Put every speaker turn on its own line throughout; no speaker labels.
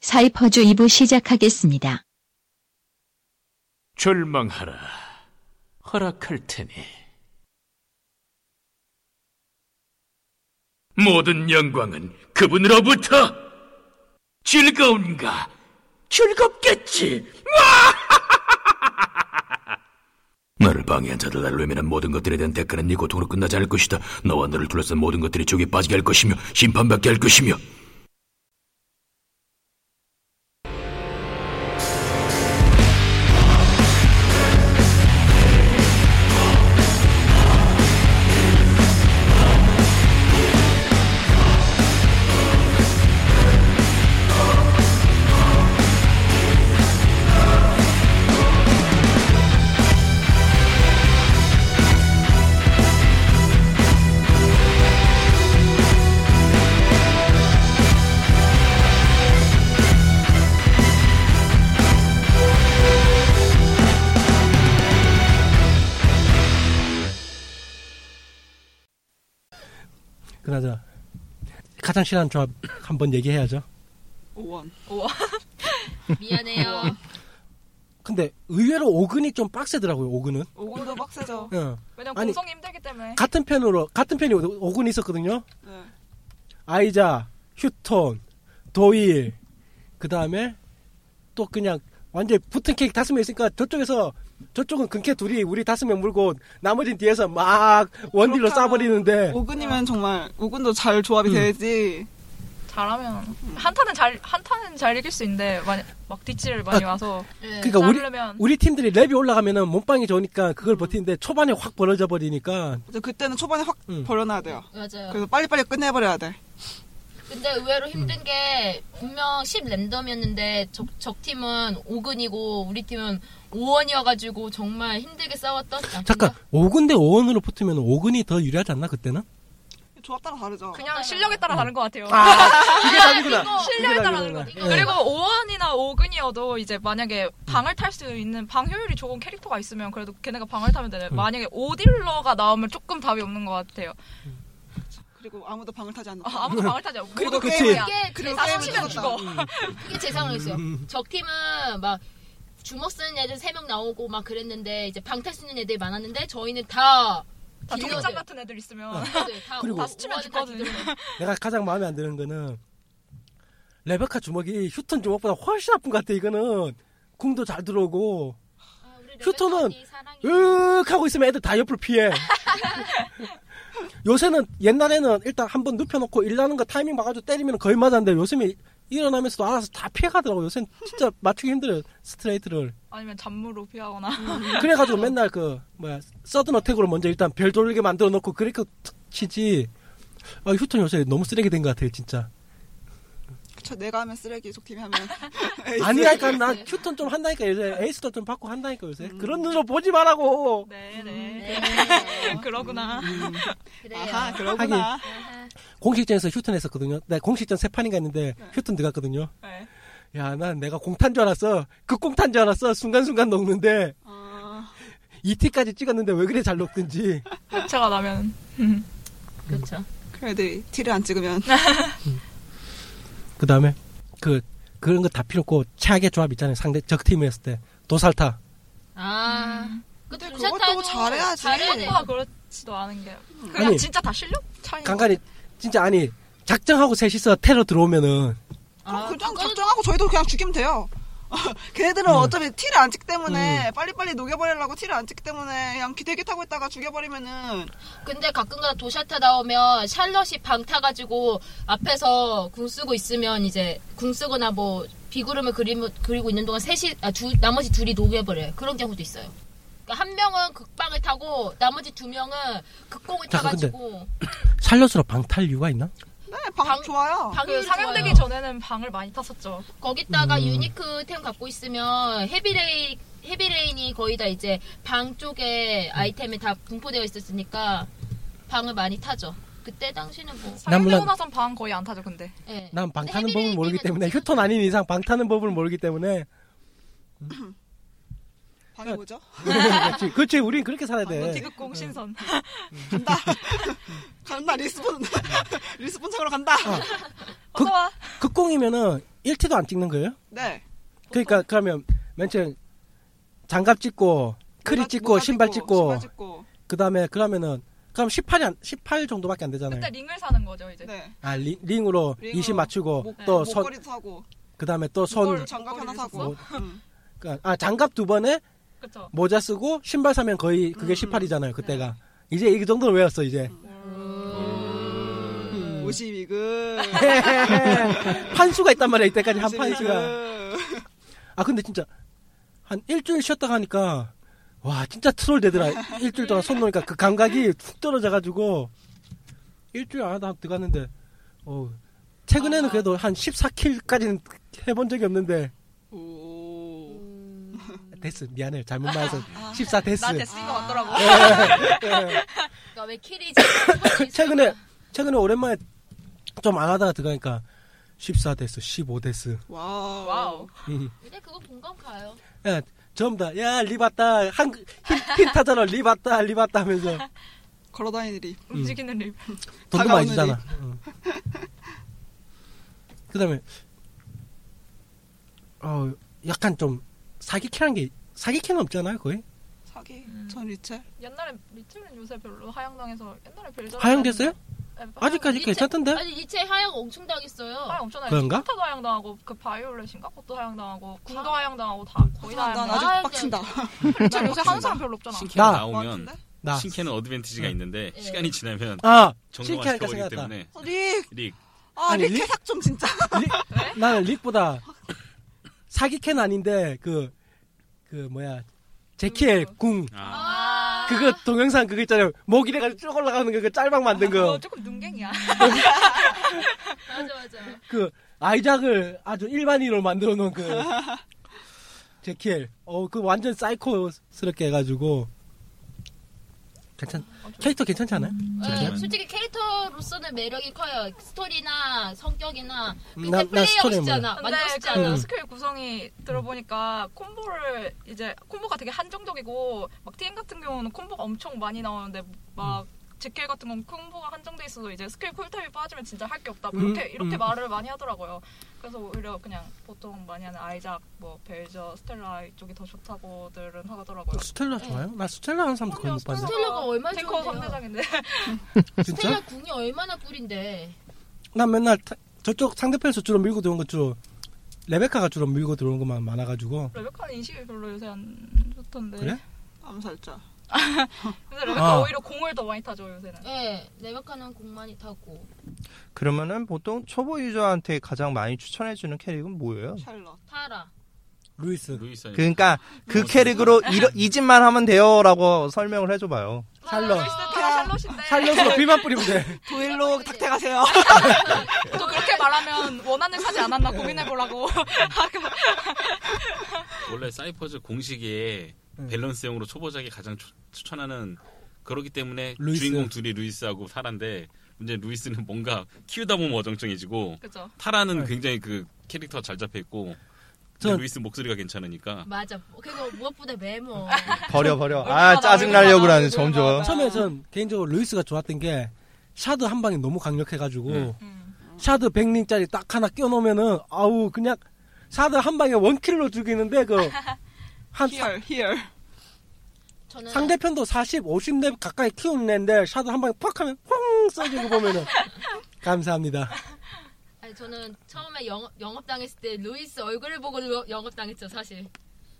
사이퍼즈 2부 시작하겠습니다.
절망하라. 허락할 테니. 모든 영광은 그분으로부터 즐거운가? 즐겁겠지. 나를 방해한 자들 나를 외면한 모든 것들에 대한 대가는 네 고통으로 끝나지 않을 것이다. 너와 너를 둘러싼 모든 것들이 쪽에 빠지게 할 것이며 심판받게 할 것이며
그나저나 가장 싫어하는 조합 한번 얘기해야죠.
오원. 음.
미안해요.
근데 의외로 오근이 좀 빡세더라고요. 오근은
오원도
음.
빡세죠.
어.
왜냐면
아니.
공성이 힘들기 때문에.
같은 편으로 같은 편이 오- 오근이 있었거든요.
네.
아이자, 휴톤, 도일 그 다음에 또 그냥 완전 히 붙은 케이크 다섯 명 있으니까 저쪽에서 저쪽은 근캐 둘이 우리 다섯 명 물고 나머지는 뒤에서 막 원딜로
그렇다면 네,
싸버리는데
오근이면 정말 오근도 잘 조합이 되지.
잘하면 한타는 잘 한타는 잘 이길 수 있는데 많이 막 뒷질 많이 와서
네.
그러니까 우리
싸우려면
우리 팀들이 랩이 올라가면은 몸빵이 좋으니까 그걸 버티는데 초반에 확 벌어져 버리니까
이제 그때는 초반에 확
음.
벌려놔야 돼요.
맞아요.
그래서 빨리빨리 끝내버려야 돼.
근데 의외로 힘든 게 분명 10 랜덤이었는데 적, 적 팀은 5근이고 우리 팀은 5원이어가지고 정말 힘들게 싸웠던 아, 그러니까 양팀이요.
잠깐 5근 대 5원으로 붙으면 5근이 더 유리하지 않나 그때는?
조합 따라 다르죠.
그냥 실력에 따라 다른 것 같아요.
이게 답이구나.
실력에 따라 다른 것
이게
같아요.
답이구나.
그리고 5원이나 5근이어도 이제 만약에 방을 탈 수 있는 방 효율이 좋은 캐릭터가 있으면 그래도 걔네가 방을 타면 되네. 만약에 오딜러가 나오면 조금 답이 없는 것 같아요.
그리고 아무도 방을 타지 않는다.
아, 아무도 방을 타지 않고.
그래도
모두
그치.
게임이야.
이게 제
그리고
나서
게임은
치면
상황이었어요.
죽어.
이게 제 상황이었어요.
음.
적 팀은 막 주먹 쓰는 애들 3명 나오고 막 그랬는데 이제 방탈 쓰는 애들이 많았는데 저희는 다
다
딜러들.
종이장 같은 애들 있으면.
네, 다
그리고-
다
스치면
오버하는 다
죽거든요.
딜러들.
내가 가장 마음에 안 드는 거는 레베카 주먹이 휴턴 주먹보다 훨씬 아픈 것 같아 이거는 궁도 잘 들어오고
아, 우리
휴터는
레베카 언니 사랑해.
으윽 하고 있으면 애들 다 옆으로 피해 요새는 옛날에는 일단 한 번 눕혀놓고 일하는 거 타이밍 봐가지고 때리면 거의 맞았는데 요즘에 일어나면서도 알아서 다 피해가더라고 요새는 진짜 맞추기 힘들어요 스트레이트를
아니면 잠무로 피하거나.
음. 그래가지고 맨날 그 뭐야 서든 어택으로 먼저 일단 별 돌리게 만들어 놓고 그렇게 치지 아, 휴턴 요새 너무 쓰레기 된 것 같아요 진짜
저 내가 하면 쓰레기, 속팀이 하면. 에이스.
아니라니까 나 휴턴 좀 한다니까 요새 에이스도 좀 받고 한다니까 요새 그런 눈으로 보지 말라고
네네.
음.
네,
그러구나.
그래요.
아하, 그러구나.
아하.
공식전에서 휴턴 했었거든요 나 공식전 세 판인가 했는데 휴턴 들어갔거든요
네.
야 난 내가 공탄 줄 알았어 극공탄 줄 알았어 순간순간 녹는데
아,
2티까지 찍었는데 왜 그래 잘 녹든지
차가 나면.
그렇죠.
그래도 티를 안 찍으면.
그 다음에 그 그런 거 다 필요 없고 최악의 조합 있잖아요 상대 적팀이었을 때 도살타 음.
아. 그
근데
둘샷
그것도
타도
잘해야지.
잘해야 돼.
생각보다 그렇지도 않은 게. 그냥
아니.
진짜 다 실력 차이.
간간히 진짜 아니 작정하고 셋이서 테러 들어오면은
아, 그냥
그거는
작정하고 저희도 그냥 죽이면 돼요. 걔네들은 어차피 티를 안 찍기 때문에 빨리빨리 녹여버리려고 티를 안 찍기 때문에 그냥 기대기 타고 있다가 죽여버리면은
근데 가끔가다 도샷타 나오면 샬럿이 방 타가지고 앞에서 궁 쓰고 있으면 이제 궁 쓰거나 뭐 비구름을 그림, 그리고 있는 동안 셋이 아, 두, 나머지 둘이 녹여버려요. 그런 경우도 있어요. 그러니까 한 명은 극방을 타고 나머지 두 명은 극공을
잠깐, 근데
타가지고
살려수로 방탈 이유가 있나?
네방
방-
좋아요.
그
방을
상영되기
좋아요.
전에는 방을 많이 탔었죠.
거기다가
음.
유니크 템 갖고 있으면 헤비레인 헤비레인이 거의 다 이제 방 쪽에 아이템이 다 분포되어 있었으니까 방을 많이 타죠. 그때 당시는 뭐
상영되고
물론- 네.
나선 방 거의 안 타죠, 근데.
예.
난 방
근데
타는 법을
헤비레인은
모르기 때문에
지금
휴턴 아닌 이상 방 타는 법을 모르기 때문에
방이 뭐죠?
그렇지 그렇지 우린 그렇게 살아야
뭐
돼
디귿 공신선.
네.
간다. 간다. 리스폰. 리스폰 창으로 간다.
어서 와.
극공이면은 1티도 안 찍는 거예요?
네.
그러니까 그러면 맨 처음 장갑 찍고 크리
모자-
찍고
모자
신발 찍고
신발 찍고.
그다음에 그러면은 그럼 18이 안, 18 정도밖에 안 되잖아요.
그때 링을 사는 거죠 이제.
네.
아 리- 링으로,
링으로
20 맞추고
목,
또
네,
선
목걸이 사고.
그다음에 또
목걸이
손
장갑 하나 사고.
목걸이를
음.
아 장갑 두 번에
그쵸.
모자 쓰고 신발 사면 거의 그게
음.
18이잖아요. 그때가 이제 이 정도는 외웠어 이제.
음. 52금.
판수가 있단 말이야 이때까지 한 판수가. 아 근데 진짜 한 일주일 쉬었다 가니까 와 진짜 트롤 되더라. 일주일 동안 손 놓으니까 그 감각이 툭 떨어져가지고 일주일 안 하다 들어갔는데 어 최근에는 그래도 한 14킬까지는 해본 적이 없는데
오.
됐어 미안해 잘못 말해서 14 됐어. 예.
나 됐으니까 왔더라고.
네.
그러니까 왜 킬이지? 손이
최근에 최근에 오랜만에 좀 안 하다가 들어가니까 14 됐어 15 됐어.
와우.
와우.
근데 그거 공감 가요.
야, 전부 다, 야, 리 봤다. 한, 흰, 흰 타자로 리 봤다, 리 봤다 하면서.
걸어다니느리.
음.
움직이는 립.
돈도
다가오는
많이 주잖아. 그 다음에, 어, 약간 좀, 사기캐란 게, 사기캐는 없잖아요, 거의?
사기. 전 리첼.
옛날에 리틀은 요새 별로 하향당해서 옛날에 별로.
하향됐어요?
네,
아직까지 그러니까
리체-
괜찮던데?
아니 리체 하향 엄청
하향
당했어요.
엄청나게
그런가?
스타도 하향당하고 그 바이올렛인가 그것도 하향당하고 궁도 하향당하고 다 거의 다
아, 난
하향당.
아직-
아직도
아이고.
빡친다.
저 요새 하는 사람 별로 없잖아.
신캐
나.
나오면
맞는데?
나.
신캐는 어드밴티지가 있는데
예.
시간이 지나면
아,
정도가
네. 실패할까
시켜버리기
생각했다.
때문에
릭.
릭
아,
아니,
릭
릭?
해삭 좀 진짜.
리- 나는 릭보다, 사기캐는 아닌데, 그, 그, 뭐야, 제키의
음.
궁.
아,
그거 동영상 그거 있잖아요. 목 이래가지고 쭉 올라가는 거, 그 짤방 만든
그거
아,
거.
조금 눈갱이야.
맞아 맞아.
그 아이작을 아주 일반인으로 만들어 놓은 그 제키엘. 어, 그 완전 사이코스럽게 해가지고 괜찮.
어,
캐릭터 괜찮지 않아요?
네,
잠시만요.
솔직히 캐릭터로서는 매력이 커요. 스토리나 성격이나 근데
난- 난
플레이하고
스토리는
싶지 않아.
근데
만들고 싶지
그
않아.
음.
스킬 구성이 들어보니까 콤보를 이제 콤보가 되게 한정적이고 막 TN 같은 경우는 콤보가 엄청 많이 나오는데 막 제켈 같은 건 콤보가 한정돼 있어서 이제 스킬 쿨타임이 빠지면 진짜 할 게 없다 뭐
음,
이렇게 이렇게
음.
말을 많이 하더라고요. 그래서 오히려 그냥 보통 많이 하는 아이작, 뭐 벨저, 스텔라 이쪽이 더 좋다고들은 하더라고요.
스텔라 좋아요? 나 스텔라 하는 사람도 거의 못 봤는데.
네. 스텔라가 얼마나
탱커
좋은데요?
3대장인데
진짜?
스텔라 궁이 얼마나 꿀인데.
난 맨날 타- 저쪽 상대편에서 주로 밀고 들어온 것 중 레베카가 주로 밀고 들어온 것만 많아가지고.
레베카는 인식이 별로 요새 안 좋던데.
그래?
암살자.
근데 레베카
아.
오히려 공을 더 많이 타죠 요새는.
예, 레베카는 공 많이 타고.
그러면은 보통 초보 유저한테 가장 많이 추천해주는 캐릭은 뭐예요?
샬럿.
타라.
루이스.
루이스 아니면
그러니까 그 캐릭으로 이러, 이 집만 하면 돼요라고 설명을 해줘봐요.
샬럿.
루이스
아.
다 샬럿인데.
살려서 비만 뿌리면 돼.
도일로 닥태 가세요.
또 그렇게 말하면 원한을 사지 않았나 고민해보라고.
원래 사이퍼즈 공식에
음.
밸런스형으로 초보자에게 가장 추, 천하는 그러기 때문에
루이스.
주인공 둘이 루이스하고 타라인데 문제 는 루이스는 뭔가 키우다 보면 어정쩡해지고
그죠.
타라는
네.
굉장히 그 캐릭터가 잘 잡혀 있고 근데
전-
루이스 목소리가 괜찮으니까
맞아. 그리고 무엇보다 메모.
버려 버려.
얼마나
아 짜증 날려 그러네
얼마나
점점.
얼마나.
처음에 전 개인적으로 루이스가 좋았던 게 샤드 한 방이 너무 강력해가지고
네.
음.
음.
샤드 100링짜리 딱 하나 끼워놓으면은 아우 그냥 샤드 한 방에 원킬로 죽이는데 그 한
히얼, 히얼.
저는
상대편도 40, 50렙 가까이 키우는 애인데 샤드 한 방에 팍 하면 퐁 써지는 거 보면은 감사합니다.
아니, 저는 처음에 영업, 영업당했을 때 루이스 얼굴을 보고 루- 영업당했죠, 사실.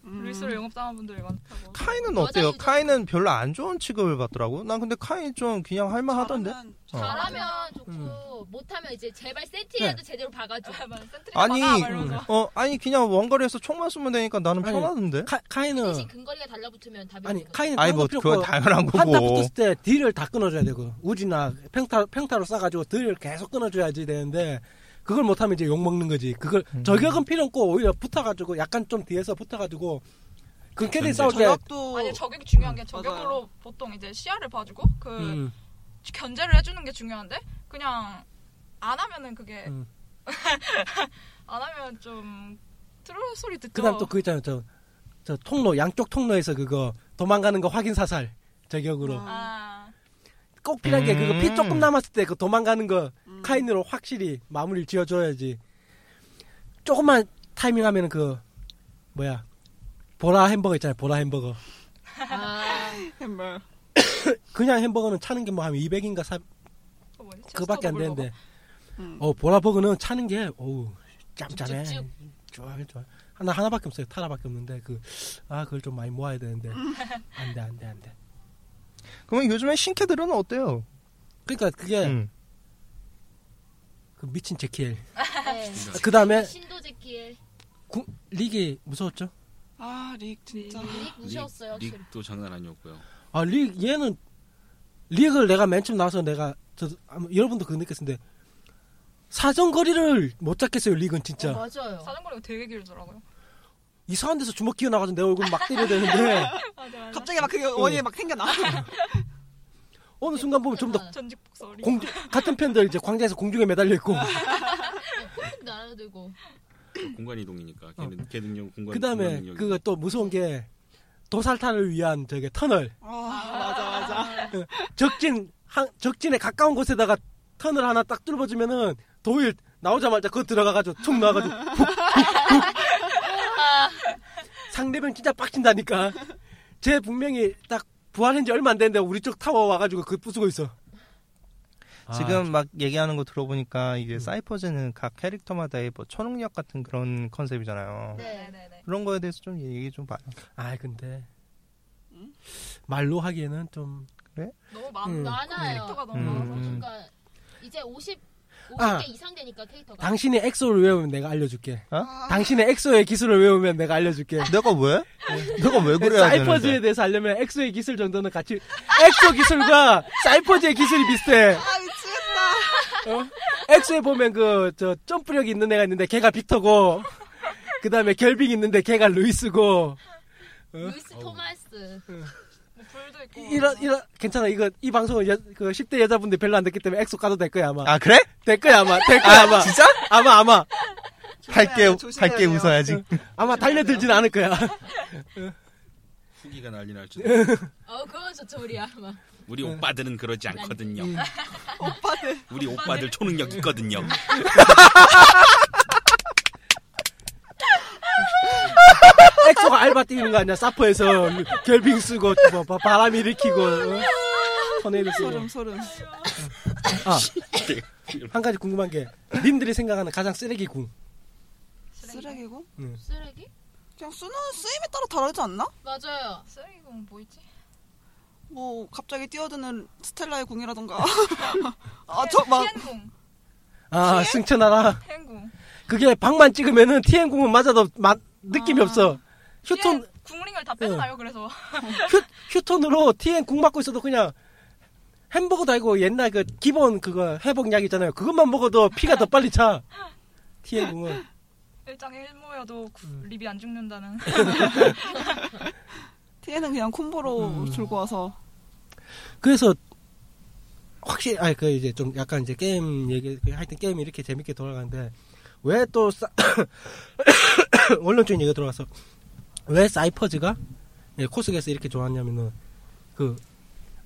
음.
루이스로 영업당한 분들이 많다고.
카이는
여자
어때요?
유저.
카이는 별로 안 좋은 취급을 받더라고. 난 근데 카이 좀 그냥 할만하던데.
저는
어.
잘하면 좋고 못하면 이제 제발
네.
세트라도 제대로 박아줘.
센트리
아니,
막아, 막 이러면서.
어, 아니 그냥 원거리에서 총만 쏘면 되니까 나는
아니,
편하던데.
카,
대신
카이는
근거리가 달라붙으면 답이
어. 아니
없는 거죠.
카이는
아니
다른
뭐
거 필요
그건
없고
당연한
한타
거고.
붙었을 때 딜을 다 끊어줘야 되고 우지나 평타 평타로 쏴가지고 딜을 계속 끊어줘야지 되는데 그걸 못하면 이제 욕 먹는 거지. 그걸
음.
저격은 필요 없고 오히려 붙어가지고 약간 좀 뒤에서 붙어가지고 그 캐리 싸울 때
저녁도
아니 저격이 중요한 게
어. 맞아요.
저격으로 보통 이제 시야를 봐주고 그
음,
견제를 해주는 게 중요한데 그냥 안 하면은 그게
음.
안 하면 좀 트롤 소리 듣죠.
그다음 또 그 있잖아요 저, 저 통로 양쪽 통로에서 그거 도망가는 거 확인 사살 저격으로
아.
아,
꼭 필요한 게 그거 피
음.
조금 남았을 때 그 도망가는 거 카인으로 확실히 마무리를 지어줘야지 조금만 타이밍하면 그 뭐야 보라 햄버거 있잖아요. 보라 햄버거.
아,
햄버.
그냥 햄버거는 차는 게 뭐 한 200인가 3
그거 뭐지?
그밖에 안
체스터더
되는데
음.
어 보라 버거는 차는 게 어우 짭짤해.
쭉쭉쭉.
좋아 좋아. 하나 하나밖에 없어요. 타라밖에 없는데 그 아 그걸 좀 많이 모아야 되는데 안돼 안돼 안돼.
그러면 요즘에 신캐들은 어때요?
그러니까 그게
음.
그 미친 제키엘.
네.
그 다음에
신도 제키의
리기 무서웠죠?
아, 릭 진짜.
릭 무시했어요.
릭-
확실히.
릭도 장난 아니었고요.
아, 릭, 얘는, 릭을 내가 맨 처음 나와서 내가, 저, 아마 여러분도 그거 느꼈는데, 사정거리를 못 잡겠어요, 릭은 진짜.
어, 맞아요.
사정거리가 되게 길더라고요.
이상한 데서 주먹 기어나가서 내 얼굴 막 때려야 되는데,
맞아 맞아.
갑자기 막 그게 원이 막 생겨나.
어느 순간 보면 좀 더,
전직 아, 복서리.
공, 같은 팬들 이제 광장에서 공중에 매달려 있고,
아,
날아들고
공간 이동이니까 걔, 능- 걔 능력 공간
그 다음에,
공간 능력이-
그거 또 무서운 게, 도살탄을 위한 저게 터널,
아, 맞아, 맞아.
예, 적진, 한, 적진에 가까운 곳에다가 터널 하나 딱 뚫어주면은, 도일 나오자마자 그거 들어가가지고 툭 나와가지고, 훅, 훅, 훅. 상대방 진짜 빡친다니까. 쟤 분명히 딱 부활한 지 얼마 안 됐는데 우리 쪽 타워 와가지고 그거 부수고 있어.
지금 막 얘기하는 거 들어보니까 이게 사이퍼즈는 각 캐릭터마다의 뭐 초능력 같은 그런 컨셉이잖아요.
네.
네네네.
그런 거에 대해서 좀 얘기 좀 봐요.
아, 근데. 말로 하기에는 좀.
너무 많
음.
많아요.
캐릭터가 너무
음.
많아서
그러니까 이제 50 50개
아.
이상 되니까 캐릭터가
당신이 엑소를 외우면 내가 알려줄게.
어?
아,
당신의 엑소의 기술을 외우면 내가 알려줄게.
내가 왜? 내가 왜 그래야
사이퍼즈에
되는데?
대해서 알려면 엑소의 기술 정도는 같이 엑소 기술과 사이퍼즈의 기술이 비슷해. 어?
아, 미치겠다.
엑소에 보면 그 저 점프력이 있는 애가 있는데 걔가 빅터고 그다음에 결빙이 있는데 걔가 루이스고
루이스 토마스
뭐 불도 있고.
이런 이런 괜찮아 이거 이 방송은 여, 그 10대 여자분들 별로 안 듣기 때문에 엑소 까도 될 거야 아마
아 그래?
될 거야 아마 될 거야 아마 진짜 아마 아마
밝게
조심해야
밝게
돼요.
네.
웃어야지.
아마 달려들진 않을 거야
후기가 난리 날지.
어 그건 저 저리야 아마
우리
네.
오빠들은 그러지 않거든요.
예.
오빠들. 음.
우리 오빠들 초능력 있거든요.
엑소가 알바 뛰는 거 아니야 사퍼에서 결빙 쓰고 뭐 바- 바람 일으키고 어? 터네이도 쓰고
소름, 소름.
아. 한 가지 궁금한 게 님들이 생각하는 가장 쓰레기 궁
쓰레기고?
쓰레기?
그냥 쓰는, 쓰임에 따라 다르지 않나?
맞아요.
쓰레기공 뭐 있지?
뭐, 갑자기 뛰어드는 스텔라의 궁이라던가. 아, 저 막.
TN공.
아 승천하라
TN공.
그게 방만 찍으면은 TN 궁은 맞아도 맛 느낌이 없어. 휴톤
궁링을 다 빼놔요. 그래서
휴, 휴톤으로 TN 궁 맞고 있어도 그냥 햄버거도 아니고 옛날 그 기본 그거 회복약 있잖아요. 그것만 먹어도 피가 더 빨리 차. TN 궁은
일장에 일모여도 구- 립이 안 죽는다는.
TN은 그냥 콤보로 들고 와서.
그래서 확실히 아니 그 이제 좀 약간 이제 게임 얘기 그 하여튼 게임이 이렇게 재밌게 돌아가는데 왜 또 원론적인 얘기가 들어가서 왜 사이퍼즈가 예, 코스에서 이렇게 좋았냐면은 그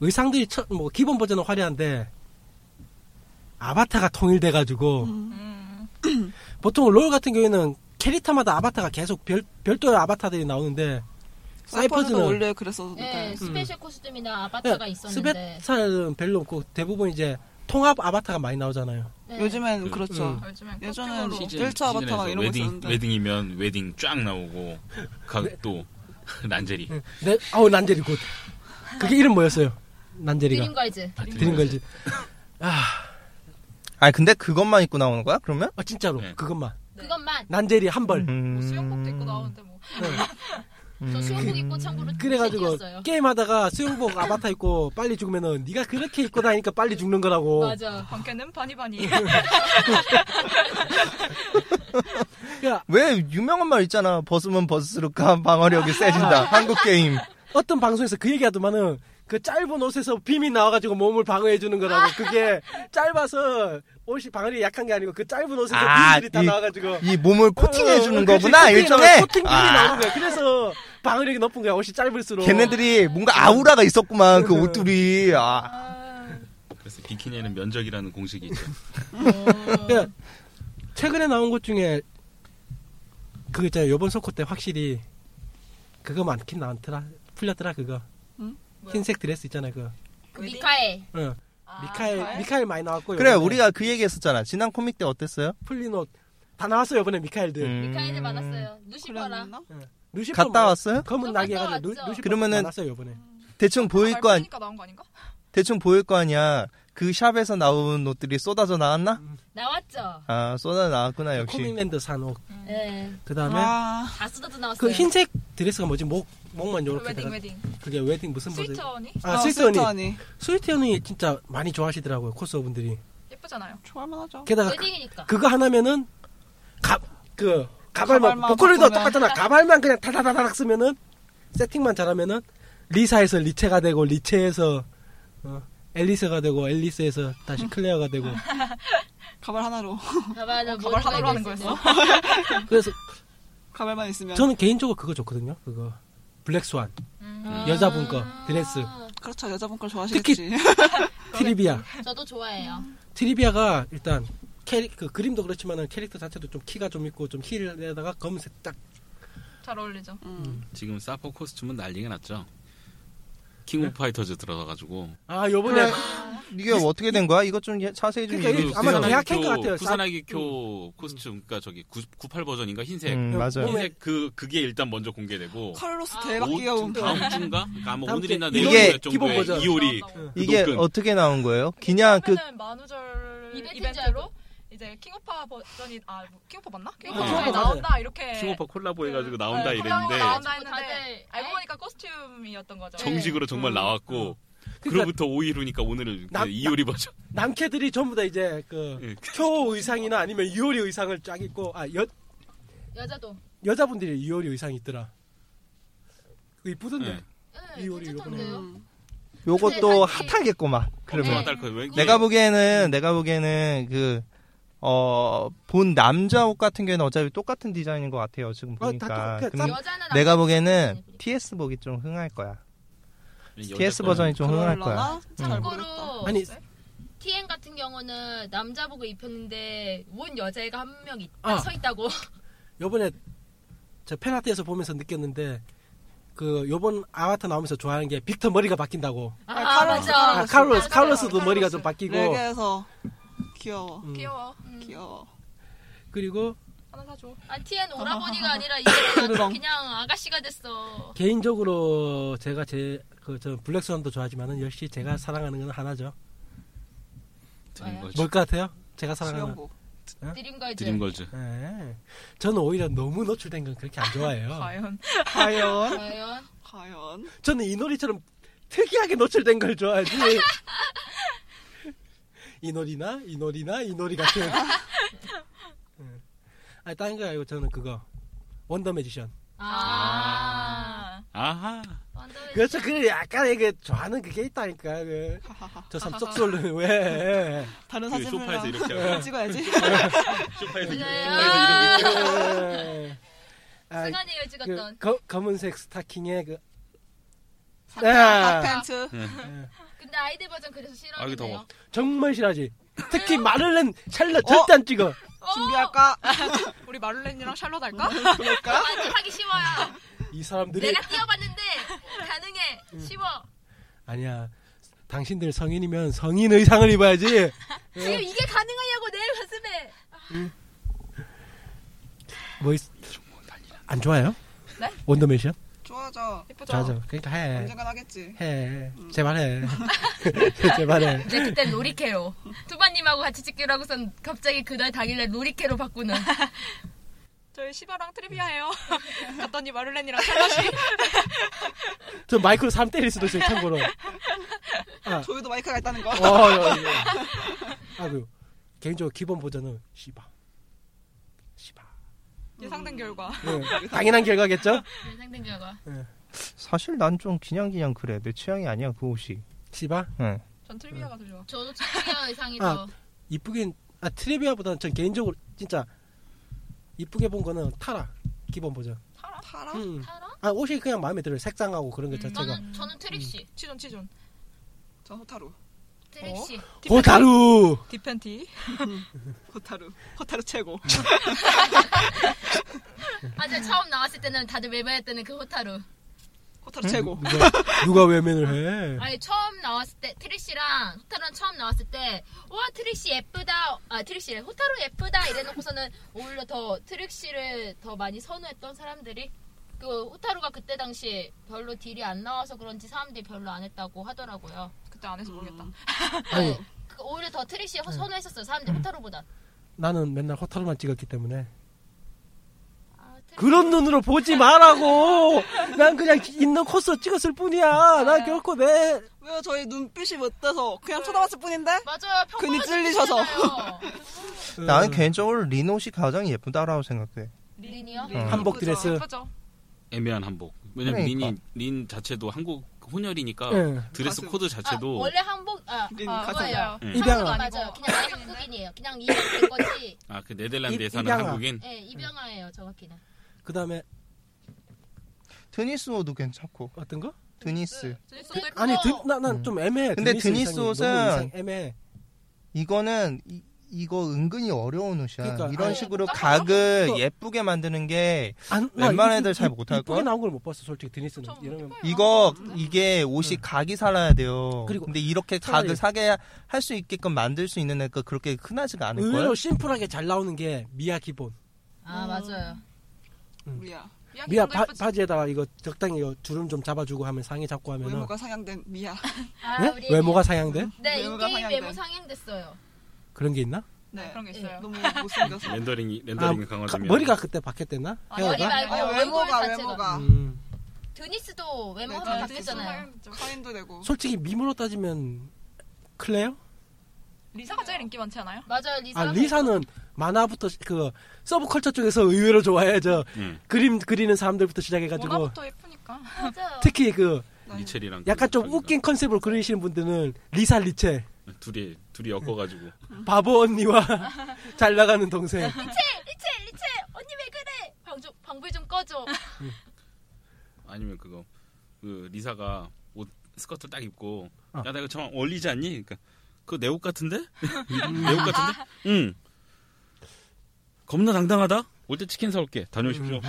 의상들이 처, 뭐 기본 버전은 화려한데 아바타가 통일돼 가지고
음.
보통 롤 같은 경우에는 캐릭터마다 아바타가 계속 별, 별도의 아바타들이 나오는데
사이퍼즈는
사이퍼즈는
원래
음.
그랬었는데.
네, 스페셜 코스튬이나 아바타가 있었는데
네, 스베타는 별로 없고 대부분 이제 통합 아바타가 많이 나오잖아요.
네.
요즘엔
그-
그렇죠.
음.
요즘엔
예전에는
커팅으로.
진짜- 일차 아바타 막
시즌에서
네.
이런 거
웨딩
있었는데.
웨딩이면 웨딩 쫙 나오고 각도 난제리
네, 아우 난제리 굿. 그게 이름 뭐였어요? 난제리가.
드림걸즈
다
드린 걸지.
아니 근데 그것만 입고 나오는 거야? 그러면?
아 진짜로
네.
그것만.
그것만
난제리 한 벌.
음.
뭐 수영복도 입고 나오는데 뭐.
저 수영복 입고 참고로
음. 그래가지고
요
게임하다가 수영복 아바타 입고 빨리 죽으면은 네가 그렇게 입고 다니까 빨리 죽는 거라고.
맞아
방캐는 바니바니.
야
왜 유명한 말 있잖아. 벗으면 벗을수록 방어력이 세진다. 한국 게임.
어떤 방송에서 그 얘기하더만은 그 짧은 옷에서 빔이 나와가지고 몸을 방어해 주는 거라고. 그게 짧아서 옷이 방어력이 약한 게 아니고 그 짧은 옷에서
아,
빔들이 다
이-
나와가지고.
이 몸을 코팅해
어,
주는
그렇지.
거구나
코팅이
일종의. 아,
나와- 아. 코팅이 나오는 거야. 그래서 방어력이 높은 거야. 그렇죠, 옷이 짧을수록.
걔네들이 뭔가 아우라가 있었구만 그 옷들이. 아.
그래서 비키니에는 면적이라는 공식이 있죠.
어. 그러니까 최근에 나온 것 중에 그거 있잖아 요번 소코 때 확실히 그거 많긴 많더라 풀렸더라 그거
응?
뭐야?
흰색 드레스 있잖아 그거
그
웨딩?
미카엘
어,
아,
미카엘
그래?
미카엘 많이 나왔고
그래
요번에
우리가 그 얘기했었잖아. 지난 코믹 때 어땠어요?
풀린 옷다 나왔어 요번에 미카엘들
음.
미카엘을 받았어요. 루시퍼랑
그랬나?
루시퍼
갔다
뭐-
왔어요?
검은
또
나게
갔다
해가지고
왔죠.
누, 루시퍼
그러면은-
많았어요 요번에
대충 보일
알고
거 아니
보니까 나온 거 아닌가?
대충 보일 거 아니야. 그 샵에서 나온 옷들이 쏟아져 나왔나?
나왔죠.
아 쏟아 나왔구나
음.
역시.
그 코믹랜드 산옥
예.
그 다음에
아,
다 쓰다도 나왔어요.
그 흰색 드레스가 뭐지 목 목만 요렇게
웨딩
돼가-
웨딩
그게 웨딩 무슨 버전
스위트 언니
아
어,
스위트 언니
언니.
스위트 언니 진짜 많이 좋아하시더라고요 코스어분들이
예쁘잖아요.
좋아할만하죠.
게다가 그-
웨딩이니까.
그거 하나면은 갑그 가발만
가발만
보컬리도
바꾸면.
똑같잖아 가발만 그냥 다다다닥 쓰면은 세팅만 잘하면은 리사에서 리체가 되고 리체에서 어, 앨리스가 되고 앨리스에서 다시 클레어가 되고
가발 하나로.
가발은
어, 가발 하나로
뭐
하는 거였어?
그래서
가발만 있으면.
저는 개인적으로 그거 좋거든요 그거 블랙스완 여자분 거 드레스
그렇죠. 여자분 걸 좋아하시겠지.
트리비아
저도 좋아해요.
음.
트리비아가 일단 캐리, 그 그림도 그렇지만은 캐릭터 자체도 좀 키가 좀 있고 좀 힐에다가 검은색 딱
잘 어울리죠.
음.
지금 사포 코스튬은 난리가 났죠. 킹
네.
오브 파이터즈 들어가가지고
아, 요번에
이게 어떻게 된 거야? 이것 좀 예- 자세히 좀
그 그러니까
얘기해
이게 아마
주세요.
계약- 계약한 것 같아요.
음.
부산하기교 코스튬 그러니까 저기 98 버전인가 흰색.
음,
어,
맞아요.
몸에-
흰색 그 그게 일단 먼저 공개되고
카를로스
아,
대박
옷
귀여움.
다음 주인가? 그러니까 아마
다음
오늘이나
주-
이게
내일
기본
정도에
버전.
네, 이효리
이게
녹음.
어떻게 나온 거예요? 그냥 그
처음에는 만우절
이벤트인 줄
이벤트로
알고.
이제 킹오파 버전이 아 킹오파 맞나? 킹오파
어.
버전이
맞아요.
나온다 이렇게
킹오파 콜라보 해가지고 나온다
네,
이랬는데
나온다
다들
했는데 알고
에이.
보니까 코스튬이었던 거죠.
정식으로 정말 나왔고 그
그러니까
로부 터 5일 후니까 오늘은
남-
그 이효리 버전.
남캐들이 전부 다 이제 그
예.
초 의상이나 아니면 유월이 의상을 쫙 입고 아 여,
여자도.
여자분들이 유월이 의상이 있더라. 그 이쁘던데.
예.
예,
이효리
괜찮던데요.
음.
요것도
사실-
핫하겠구만.
엄청
그러면
네.
핫할 거예요. 왜-
내가 보기에는 내가 보기에는 그 어, 본 남자 옷 같은 경우는 어차피 똑같은 디자인인 것 같아요. 지금
어, 다
보니까.
똑같아.
근데
여자는
내가
아무튼
보기에는
디자인이
TS 복이 좀 흥할 거야.
여자
TS
거는-
버전이 좀 흥할 거야.
그럴라나? 잘 모르겠다.
참고로
음. 아니
TN 같은 경우는 남자복을 입혔는데 온 여자애가 한 명
아.
서 있다고.
요번에 저 팬아트에서 보면서 느꼈는데 그 요번 아바타 나오면서 좋아하는 게 빅터 머리가 바뀐다고.
아,
칼로스,
맞아.
아, 칼로스
칼로스.
칼로스도 머리가 좀 바뀌고
레게에서 귀여워.
음.
귀여워.
귀여워.
그리고
하나 사줘.
아, TN 오라버니가 아니라 이제는
그럼.
그냥 아가씨가 됐어.
개인적으로 제가 제그저 블랙스완도 좋아하지만은 역시 제가 사랑하는 건 하나죠.
드림 걸즈.
뭘 것 같아요? 제가 사랑하는
수영복.
드림걸즈.
드림 걸즈.
예. 저는 오히려 너무 노출된 건 그렇게 안 좋아해요.
과연
과연
과연
과연.
저는 이 놀이처럼 특이하게 노출된 걸 좋아하지. 이 놀이나 이 놀이나 이 놀이 같은. 예. 아니 다른 거 아니고 저는 그거 원더 매지션.
아.
아,
아하.
완전
그렇죠. 그 약간 이게 좋아하는 그게 있다니까. 그. 저 삼척솔은 왜?
다른
그
사진을
소파에서 이렇게 하고
찍어야지.
소파에서 이렇게
아.
예. 아,
승환이 여지 같던.
그 검- 검은색 스타킹에 그 아.
핫 팬츠.
근데 아이들 버전 그래서
아,
싫어하네요.
이게 더워.
정말 싫어하지. 특히 마를렌 샬럿 절대 안 찍어.
준비할까?
우리 마를렌이랑 샬롯 할까?
그럴까?
완전 하기 쉬워요.
이 사람들이 음.
내가 뛰어봤는데 가능해. 쉬워.
아니야. 당신들 성인이면 성인 의상을 입어야지.
지금 이게 가능하냐고 내 가슴에.
뭐 있... 안 좋아요?
네?
원더맨션?
좋아하죠.
예쁘죠.
좋아죠. 그러니까 해.
언젠간 하겠지.
해. 제발 해. 제발 해.
이제 그때 로리케로 투바님하고 같이 찍기로 하고선 갑자기 그날 당일날 로리케로 바꾸는.
저희 시바랑 트리비아 해요. 갔더니 마를렌이랑 샬롯이
저 마이크로 사람 때릴 수도 있어요. 참고로. 아,
조유도 마이크가 있다는 거.
어, 어, 어. 아, 그 개인적으로 기본 버전은 씨바. 씨바.
예상된 결과.
예, 당연한 결과겠죠?
예상된 결과.
사실 난 좀 그냥 그냥 그래. 내 취향이 아니야 그 옷이.
씨바.
응.
전 트리비아가 더 좋아.
저도 특이한 의상이
아.
더.
이쁘긴 아 트리비아보다는 전 개인적으로 진짜 이쁘게 본 거는 타라 기본 버전.
타라?
음.
타라?
아 옷이 그냥 마음에 들어요. 색상하고 그런 것
음,
자체가.
저는 저는 트릭시.
치존 치존.
전 호타루.
어?
트릭시.
호타루.
디펜티.
호타루. 호타루 최고.
아, 제가 처음 나왔을 때는 다들 외면할 때는 그 호타루.
코타로 최고.
누가, 누가 외면을 해?
아니 처음 나왔을 때 트릭시랑 호타루는 처음 나왔을 때 와 트릭시 예쁘다 아 트릭시 호타루 예쁘다 이래놓고서는 오히려 더 트릭시를 더 많이 선호했던 사람들이 그 호타루가 그때 당시 별로 딜이 안 나와서 그런지 사람들이 별로 안 했다고 하더라고요.
그때 안 해서 모르겠다.
음. 아니,
그 오히려 더 트릭시
음.
선호했었어요 사람들이 호타루보다.
나는 맨날 호타루만 찍었기 때문에.
아, 트릭시.
그런 눈으로 보지 말라고! 난 그냥 있는 코스 찍었을 뿐이야. 나 결코 내.
왜요? 저희 눈빛이 못돼서 그냥 쳐다봤을 뿐인데?
맞아요.
근이
평범하지
찔리셔서.
않잖아요.
그 어,
나는 개인적으로 리노시 가장 예쁘다라고 생각해.
린이요?
네.
한복 드레스.
예쁘죠?
애매한 한복. 왜냐면
그러니까.
린이 린 자체도 한국 혼혈이니까
예.
드레스
가슴.
코드
아,
자체도
원래 한복 아
음,
우린
아,
가자.
맞아요.
예.
입양.
한국은 아니고.
맞아요. 그냥 아예 한국인이에요. 그냥 입양된 거지.
아 그 네덜란드에
입-
사는
입양아.
한국인.
예, 입양아예요 정확히는.
그 다음에
드니스 옷도 괜찮고.
어떤 거?
드니스.
드레스도 예쁘고.
아니, 드, 나, 난 좀 애매해.
근데 드니스
이상이
옷은
너무 이상- 애매해.
이거는 이, 이거 은근히 어려운 옷이야.
그러니까.
이런
아니,
식으로
깜빡
각을
깜빡.
예쁘게 만드는 게
안, 나
웬만한
이-
애들 잘
이-
못할
이쁘게
걸?
나온 걸 못 봤어, 솔직히 드니스는.
좀
이러면
예뻐요.
이거 이게 옷이 각이 살아야 돼요.
그리고
근데 이렇게
차라리-
각을 사게 할 수 있게끔 만들 수 있는 애가 그렇게 흔하지가 않을 거야.
의외로 심플하게 잘 나오는 게 미야 기본.
아 맞아요.
미야.
이야기
미야
좀
바,
예쁘지.
바지에다가 이거 적당히 이거 주름 좀 잡아주고 하면 상의 잡고 하면
외모가 상향된 미야.
아,
네?
우리
외모가 상향돼?
네
외모가
인게임
상향돼.
외모 상향됐어요.
그런 게 있나?
네.
그런 게 있어요.
너무 못생겨서.
렌더링이 렌더링
아, 가-
강화되면
머리가 그때 바뀌었댔나?
아니,
머리
헤어가?
말고
아,
얼굴
외모가,
자체가.
외모가.
음,
드니스도 외모
네,
한번
드니스
바뀌었잖아요.
카인도 되고.
솔직히 미모로 따지면 클레어?
리사가 제일 인기 많지 않아요?
맞아요 리사.
아 리사는 만화부터 시- 그 서브컬처 쪽에서 의외로 좋아해 저
음.
응.
그림 그리는 사람들부터 시작해가지고
워낙부터 예쁘니까.
맞아요.
특히 그
네.
리첼이랑
약간
그
좀
자기가
웃긴 컨셉으로 그리시는 분들은 리사 리체
둘이
네.
둘이 엮어가지고
바보 언니와 잘 나가는 동생
리첼 리첼 리첼 언니 왜 그래? 방좀 방불 좀 꺼줘.
아니면 그거 그 리사가 옷 스커트 딱 입고
아.
어.
야 나 이거 참 어울리지 않니? 그러니까 그거 내 옷 같은데? 음. 내 옷 같은데? 응. 겁나 당당하다. 올 때 치킨 사올게.
음.
다녀오십시오.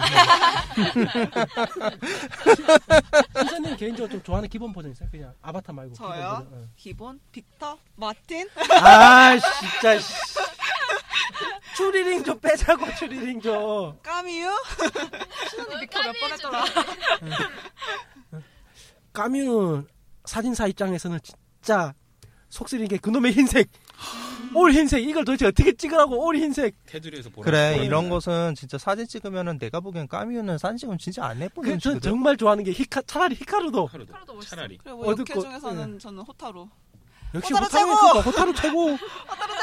선생님 개인적으로 좀 좋아하는 기본 버전 있어요? 그냥 아바타 말고 기본
저요?
버전. 어. 응.
기본, 빅터, 마틴.
아 진짜 씨. 추리링 좀 빼자고 추리링 좀
까미유. 그러니까
빅터 몇 번
까미해
했더라.
까뮤는 사진사 입장에서는 진짜 속쓰리는 게 그놈의 흰색 올 흰색 이걸 도대체 어떻게 찍으라고 올 흰색
테두리에서 보라.
그래
보라
이런
보라.
것은 진짜 사진 찍으면은 내가 보기엔 까미우는 사진 찍으면 진짜 안 예쁜
그, 전
옷이거든.
정말 좋아하는 게 히카, 차라리 히카루도
하루도
하루도 멋있어.
차라리
그리고 뭐 역회
어둡고,
중에서는 저는 호타로.
역시
호타루
호타루
최고!
최고 호타루 최고
호타로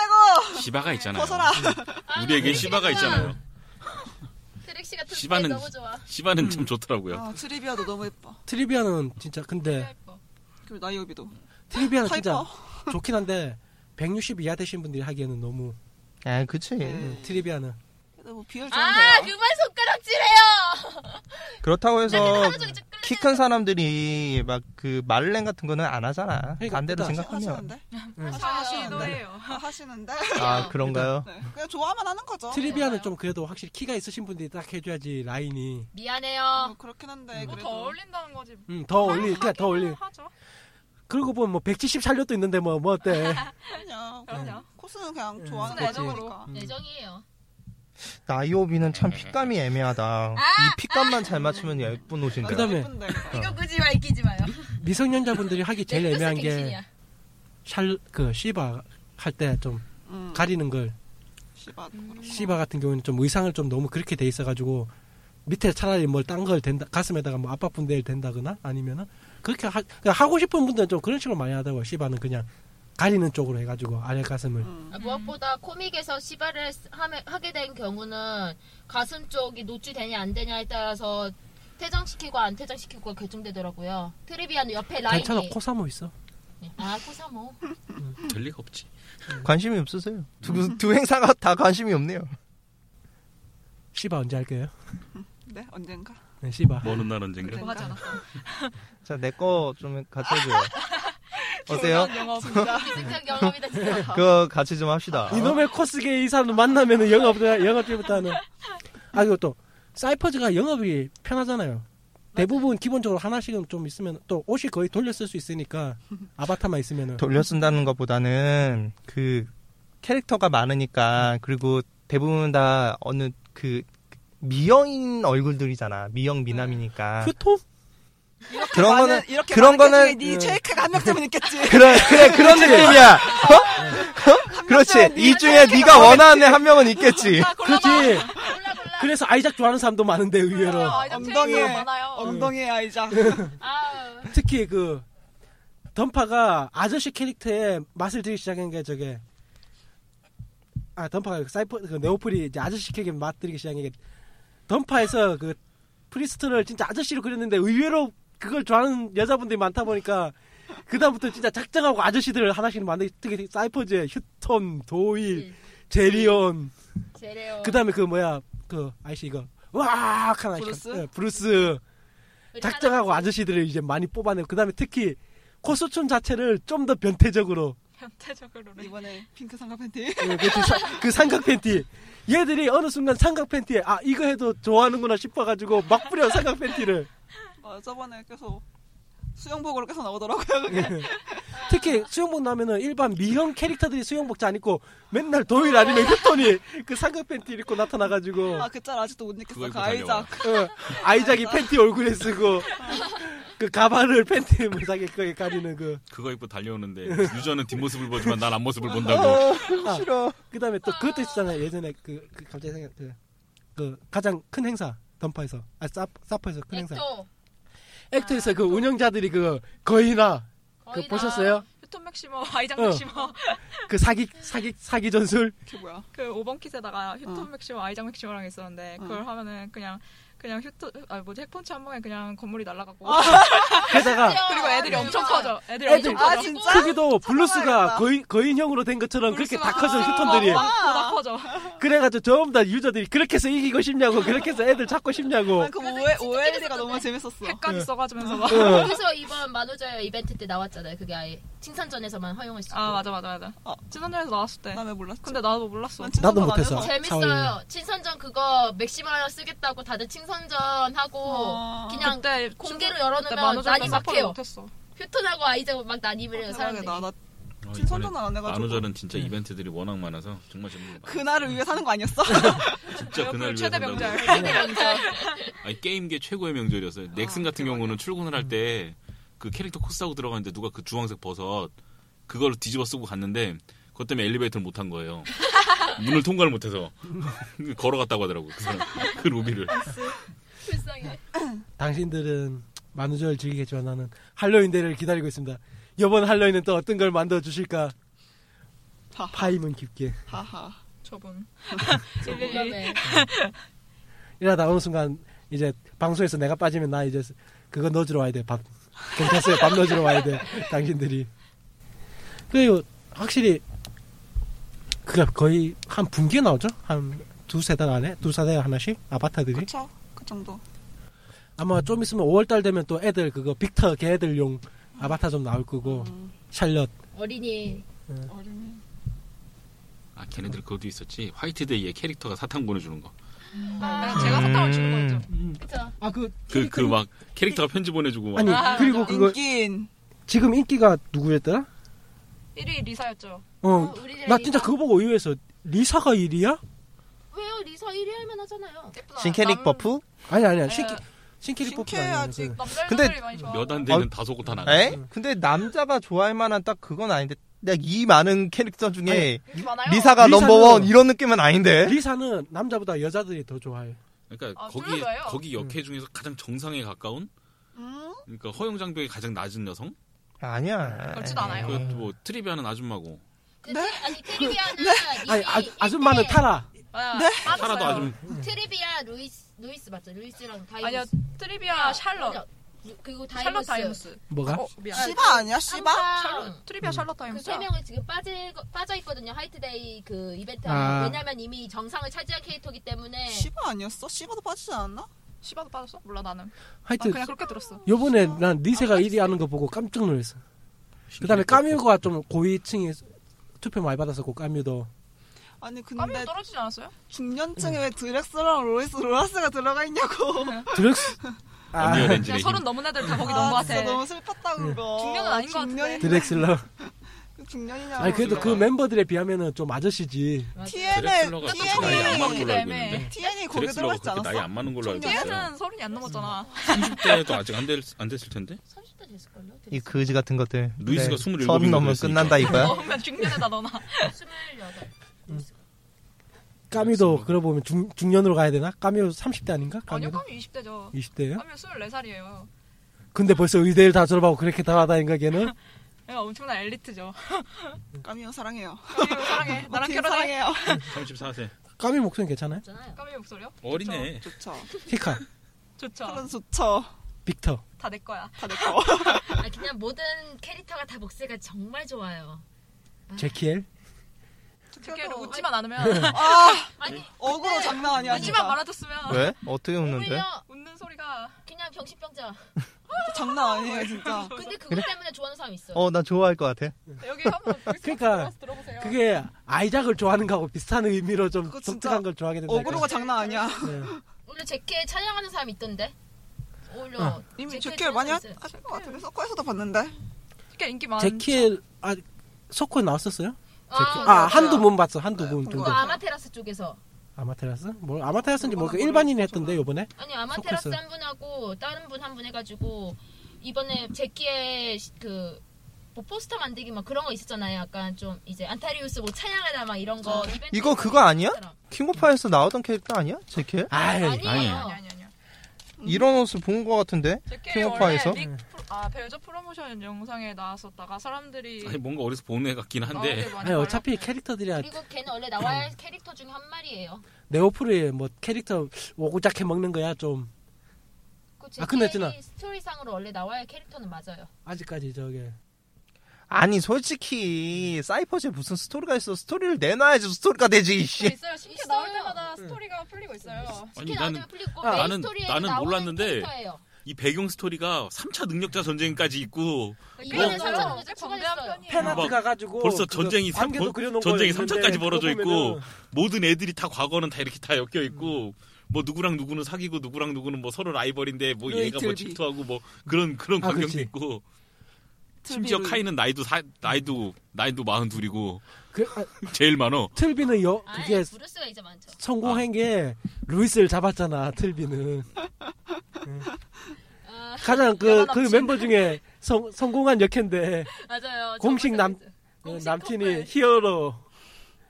최고!
시바가 있잖아요.
벗어라.
음.
우리에게 시바가 있잖아요.
드릭시 같은
시바는- 음,
스타일 너무 좋아.
시바는 참 좋더라고요.
아, 트리비아도 너무 예뻐.
트리비아는 진짜
네,
근데
그리고 나이오비도.
트리비아는
다
진짜
예뻐.
좋긴 한데 160 이하 되신 분들이 하기에는 너무
아 그치.
네.
음, 트리비아는
그래도 뭐 비율
아
좋은데요.
그만 손가락질해요.
그렇다고 해서
하루 종일 좀 끌려.
키 큰 사람들이 막 그 마를렌 같은 거는 안 하잖아.
그러니까
반대로 생각하면
하시는데?
사시도 해요.
아, 하시는데?
아 그런가요?
네. 그냥 좋아만 하는
어,
거죠.
트리비아는 좀 그래도 확실히 키가 있으신 분들이 딱 해줘야지 라인이
미안해요.
뭐 그렇긴 한데
뭐더
그래도
어울린다는 거지.
음, 더
아,
올리 그냥 더 올리
하죠.
그러고 보면 뭐 170 살려도 있는데 뭐 뭐 어때
그냥
그럼요.
코스는 그냥
음,
좋아하는
코스는 애정으로.
어,
거니까.
음.
애정이에요.
나이오비는 참 핏감이 애매하다. 이 핏감만 잘 맞추면 예쁜 옷인데.
그다음에
아, 예쁜데.
이거 굳이 말 끼지 마요.
미성년자분들이 하기 제일
내
애매한
뜻은 네, 갱신이야.
게 샬 그 시바 할 때 좀
음.
가리는 걸
씨바.
음.
시바 같은 경우는 좀 의상을 좀 너무 그렇게 돼 있어가지고 밑에 차라리 뭘 딴 걸 된다 가슴에다가 뭐 아빠 분대를 된다거나 아니면은 그렇게 하, 그냥 하고 싶은 분들은 좀 그런 식으로 많이 하더라고 요 시바는 그냥 가리는 쪽으로 해가지고 아래 가슴을
음.
아, 무엇보다 코믹에서 시바를 쓰- 함에- 하게 된 경우는 가슴 쪽이 노출되냐 안 되냐에 따라서 퇴장시키고 안 퇴장시키고가 결정되더라고요. 트리비아는 옆에 라인이
괜찮아 코사모 있어
아 코사모
될 리가 없지.
음.
관심이 없으세요. 두, 두 행사가 다 관심이 없네요.
시바 언제 할 거예요?
네, 언젠가.
네, 시바
먼 훗날 언젠가.
뭐 하지 않았어.
자, 내 거 좀 같이 해줘요. 어때요?
좋은 영화 진짜.
기승전 경험이다 진짜.
그거 같이 좀 합시다.
이놈의 코스게 이사는 만나면은 영업부터 영업부터 하는 아 이거 또 사이퍼즈가 영업이 편하잖아요. 대부분 기본적으로 하나씩은 좀 있으면 또 옷이 거의 돌려 쓸 수 있으니까 아바타만 있으면은
돌려 쓴다는 것보다는 그 캐릭터가 많으니까 그리고 대부분 다 어느 그 미영인 얼굴들이잖아. 미영 미남이니까.
휴통
이렇게
그런
많은-
거는-
아, 이렇게
그런
많은 게
거는-
중에 네
음.
최애캐가 한 명쯤은 있겠지.
그런 그래 그런 느낌이야. 어? 그렇지.
명쯤은
이 중에 네가 원하는 애 한 명은 있겠지.
나 골라봐.
그렇지.
골라 골라.
그래서 아이작 좋아하는 사람도 많은데 의외로
아, 이제
엉덩이에.
트레이너가 많아요.
엉덩이의 아이자.
아,
특히 그 던파가 아저씨 캐릭터에 맛을 들기 시작한 게 저게 아 던파가 그 사이퍼 그 네오플이 이제 아저씨 캐릭터에 맛 들기 시작한 게 던파에서 그 프리스트를 진짜 아저씨로 그렸는데 의외로 그걸 좋아하는 여자분들이 많다 보니까 그다음부터 진짜 작정하고 아저씨들을 하나씩 만들기 특히 사이퍼즈의 휴톤,
네.
도일, 제리온
제레오.
그다음에 그 뭐야 그 아저씨 이거 와 하나 이렇게
브루스?
예, 브루스
우리
작정하고 아저씨들을 이제 많이 뽑아내고 그다음에 특히 코스튬 자체를 좀 더 변태적으로
현대적으로는
이번에 핑크 상가 팬티.
예, 그, 사- 그 삼각 팬티 얘들이 어느 순간 삼각 팬티에 아 이거 해도 좋아하는구나 싶어가지고 막 뿌려 삼각 팬티를
어, 저번에 계속 수영복으로 계속 나오더라고요. 그게.
특히 수영복 나면은 일반 미형 캐릭터들이 수영복 잘 입고 맨날 도일 아니면 휴톤이 그 삼각 팬티 를 입고 나타나가지고
아, 그 짤 아직도 못
그거
잊겠어.
입고
그 아이작.
어, 아이작이 팬티 얼굴에 쓰고 그 가발을 팬티 무사게 거에 가리는 그
그거 입고 달려오는데 유저는 뒷모습을 보지만 난 앞모습을 본다고.
싫어.
아, 그다음에 또 그것도 있었잖아요. 예전에 그, 그 갑자기 생각 그, 그 가장 큰 행사 던파에서 아 사, 사퍼에서 큰 행사
액토.
액터에서 그 운영자들이 그 거의나 그
거의 다
보셨어요?
휴톤 맥시머, 아이작
어.
맥시머.
그 사기 사기 사기 전술
그게 뭐야.
그 5번 킷에다가 휴톤
어.
맥시머, 아이작 맥시머랑 있었는데 그걸 하면은 그냥 그냥 휴톤 아 뭐지 핵펀치 한 방에 그냥 건물이 날아가고
게다가
그리고 애들이
아,
엄청
진짜.
커져. 애들이
애들-
엄청
아,
커져.
진짜?
크기도 블루스가
찾아봐야겠다.
거의 거인형으로 된 것처럼 그렇게 다 커져
블루스가
휴톤들이
어, 보다 커져.
그래가지고 전부 다 유저들이 그렇게 해서 이기고 싶냐고 그렇게 해서 애들 잡고 싶냐고
아, 난그 OLD가 너무 재밌었어.
핵까지 써가지면서 막.
거기서 이번 만우절 이벤트 때 나왔잖아요. 그게 아예 칭산전에서만 허용할 수 있고.
아 맞아 맞아 맞아.
어.
지난달에서 나왔을 때.
난 왜 몰랐지?
근데 나도 몰랐어.
난 진짜
나도
상관 안
못했어.
해서.
재밌어요.
차원이네.
칭선전 그거 맥시마라 쓰겠다고 다들 칭선전 하고
어.
그냥
그때
공개로
춘천-
열어놓으면
그때 만우절에
난이
사포를
막혀요.
못했어.
휴톤하고 아이작 막 난입을 해요
대박이다.
사람들이.
나
그
어,
지금 선전
이번에
안 해가지고. 네.
만우절은 진짜 이벤트들이 워낙 많아서 정말 재밌는 거
그날을 위해 사는 거 아니었어?
진짜 그날 위해서
그렇죠. 최대
한다고.
명절.
아니, 게임계 최고의 명절이었어요. 넥슨 같은 경우는 출근을 할 때 그 캐릭터 코스하고 들어가는데 누가 그 주황색 버섯 그걸 뒤집어 쓰고 갔는데 그것 때문에 엘리베이터를 못 탄 거예요. 문을 통과를 못해서 걸어갔다고 하더라고 그 사람 그 로비를.
불쌍해.
당신들은 만우절 즐기겠지만 나는 할로윈 데를 기다리고 있습니다. 이번 할로윈은 또 어떤 걸 만들어 주실까?
하하.
파임은 깊게.
하하.
저분.
그다음에
이러다 어느 순간 이제 방송에서 내가 빠지면 나 이제 그거 넣어주러 와야 돼. 밥 경찰서에 밥 넣어주러 와야 돼. 당신들이. 그리고 확실히 그게 거의 한 분기에 나오죠? 한 두세 달 안에? 두세 달 하나씩? 아바타들이?
그쵸? 그 정도.
아마 좀 있으면 5월달 되면 또 애들 그거 빅터 걔들용 아바타 좀 나올 거고
음.
샬럿
어린이
어린이.
아 걔네들 그것도 있었지. 화이트데이에 캐릭터가 사탕 보내주는 거. 그,
아, 제가 사탕을 주는 거였죠.
그쵸.
음. 아그
그 그 막 캐릭터가 편지 보내주고 막
아니
아,
그리고
맞아.
그거
인기인.
지금 인기가 누구였더라?
1위 리사였죠.
어,
우리
나 진짜 그거 보고 의외했어. 리사가 1위야?
왜요 리사 1위 할만 하잖아요.
예쁘다.
신캐릭
남-
버프?
아니 아니야.
네.
신캐 신캐릭 뽑기 아니야. 그.
신캐야지.
남자들이
근데-
많이 좋아.
몇안 되는 다소곳 하나.
에? 근데 남자가 좋아할 만한 딱 그건 아닌데 딱 이 많은 캐릭터 중에
이렇게 많아요.
리사가
리사는-
넘버원 이런 느낌은 아닌데.
리사는 남자보다 여자들이 더 좋아해.
그러니까
아,
거기
졸려요.
거기 역해 중에서 가장 정상에 가까운
음?
그러니까 허용 장벽이 가장 낮은 여성.
아니야.
그렇지도 않아요.
그뭐 트리비아는 아줌마고
그치? 아니 트리비아는
아니
이미 네.
아, 아줌마는 타라.
아,
사라도 아줌
트리비아 루이스 루이스 맞죠? 루이스랑 다이모스.
아니요 트리비아 샬럿.
그리고
샬럿
다이모스.
다이무스.
뭐가?
어 미안.
씨바 아니야? 씨바?
깜빵.
샬럿 트리비아 샬럿
그
다이무스.
세 명은 지금 빠질 거- 빠져 있거든요. 화이트데이 그 이벤트.
아.
아. 왜냐면 이미 정상을 차지한 캐릭터기 때문에
씨바 아니었어? 씨바도 빠지지 않았나?
씨바도 빠졌어? 몰라 나는. 난
하여튼
아, 그냥 그렇게 들었어.
요번에 난 리세가 1위 하는 거 보고 깜짝 놀랐어. 그다음에 까뮤가 좀 고위층에 투표 많이 받았었고 까뮤도
아니
까미가
근데
떨어지지 않았어요?
네,
중년층에 왜 드렉스랑 로이스 로라스가 들어가 있냐고.
드렉스 아,
언니어
그냥
렌즈네.
서른 넘은 애들 다 거기
아,
넣은 거
진짜
같아. 네.
너무 슬펐다 그거.
중년은 아닌 것
중년이-
드렉슬러.
중년이냐고.
아니 그래도 그
그래.
멤버들에 비하면은 좀 아저씨지.
TN에
드렉슬러가
TNA.
나이 안 맞는 걸로 알고
TNA.
있는데.
TN이 거기
드렉슬러가
들어갔지
그렇게
않았어?
나이 안 맞는 걸로 알고 있어요.
얘는 서른이 안 넘었잖아.
30대도 아직 안, 될, 안 됐을 텐데.
30대 됐을걸요?
이 거지 같은 것들.
루이스가 27 인가
서른 넘으면
그랬으니까.
끝난다 이거야.
넣으면 중년에다 넣어놔.
28.
까미도 그러고 보면 중, 중년으로 가야 되나? 까미 30대 아닌가?
아니요,
까미도
까미 20대죠.
20대예요?
까미 24살이에요.
근데 벌써 의대를 다 졸업하고 그렇게 다하다니까 걔는
얘가 엄청난 엘리트죠.
까미요 사랑해요.
까미 사랑해. 나랑
팀
결혼해.
아, 사랑해요.
34세.
까미 목소리 괜찮아요?
있잖아요.
까미 목소리요?
어리네.
좋죠.
히카,
좋죠.
그런 좋죠.
빅터.
다 내 거야.
다 내꺼.
아, 그냥 모든 캐릭터가 다 목소리가 정말 좋아요.
제키엘.
특히로 웃지만 않으면
아
아니,
억울로 장난 아니야.
웃지만
진짜.
말아줬으면
왜? 어떻게 웃는데?
오히려
웃는 소리가
그냥 병신병자.
장난 아니에요 진짜.
근데 그것 때문에 좋아하는 사람 있어요.
어, 나 좋아할 것 같아.
여기 한번
그러니까
들어가서 들어보세요.
그게 아이작을 좋아하는 거하고 비슷한 의미로 좀
그거 진짜
독특한 걸 좋아하게 된다.
억울로가
그
장난 아니야.
네.
오히려 제키에 찬양하는 사람 있던데. 오히려
아,
이미 그
제키에
제킬 많이 하-
찬양했어요.
하실 것 같은데 서커에서도 봤는데.
특히 인기 많은
제키엘 아 소코에 나왔었어요?
아,
아 한두
맞아요.
분 봤어, 한두
네,
분
본거
정도.
그 아마테라스 쪽에서.
아마테라스? 뭐 아마테라스인지
그거는
모르고
모르겠어,
일반인이 했던데 요번에
아니 아마테라스
섞였어요.
한 분하고 다른 분 한 분 해가지고 이번에 제키의 시- 그뭐 포스터 만들기 막 그런 거 있었잖아요. 약간 좀 이제 안타리우스 뭐 찬양하다 막 이런
어,
거 이벤트
이거 그거 아니야?
사람.
킹오파에서 나오던 캐릭터 아니야? 제키?
아이
아니에요.
아니에요.
아니 아니 아니요.
이런 옷을 본 것 같은데?
음. 제키 원래
킹오파에서?
닉 프로, 아 배우자 프로모션 영상에 나왔었다가 사람들이
아니 뭔가 어디서 본 애 같긴 한데.
아니 어차피 캐릭터들이야
그리고 걔는 원래 나와야 할 캐릭터 중에 한 마리예요.
네오프리에 뭐 캐릭터 오고작해 먹는 거야 좀
그
아, 근데
제키의
진아.
스토리상으로 원래 나와야 할 캐릭터는 맞아요.
아직까지 저게
아니, 솔직히, 사이퍼즈에 무슨 스토리가 있어. 스토리를 내놔야지 스토리가 되지, 이씨.
네, 있어요. 신규
있어요.
나올 때마다
네.
스토리가 풀리고 있어요.
아니
스킨 나올
나는
때만 풀리고
아,
메인
나는-
스토리에
나는
나오는
몰랐는데.
캐릭터예요.
이 배경 스토리가 3차 능력자 전쟁까지 있고
이번에
어.
사전 문제
광대한
추가했어요.
편이에요.
네. 팬아트
막
가가지고
벌써
그거
전쟁이 삼-
관계도
벌-
그려놓은
전쟁이
거였는데
삼차까지 벌어져
그거
있고.
보면은 음.
모든 애들이 다 과거는 다 이렇게 다 엮여 있고 뭐 누구랑 누구는 사귀고 누구랑 누구는 뭐 서로 라이벌인데 뭐
루이
얘가 뭐
틀비.
질투하고 뭐 그런 그런
아,
광경도
그치.
있고 심지어
틀비를-
카이는 나이도 사, 나이도 나이도 마흔 둘이고
그, 아,
제일 많어.
틀비는 여
아,
그게
브루스가 이제 많죠.
성공한 게 루이스를 잡았잖아 틀비는
아,
가장 그,
여자
그
남친.
멤버 중에 성, 성공한 역인데
맞아요.
공식 남- 그
저번에 공식
남친이
커플.
히어로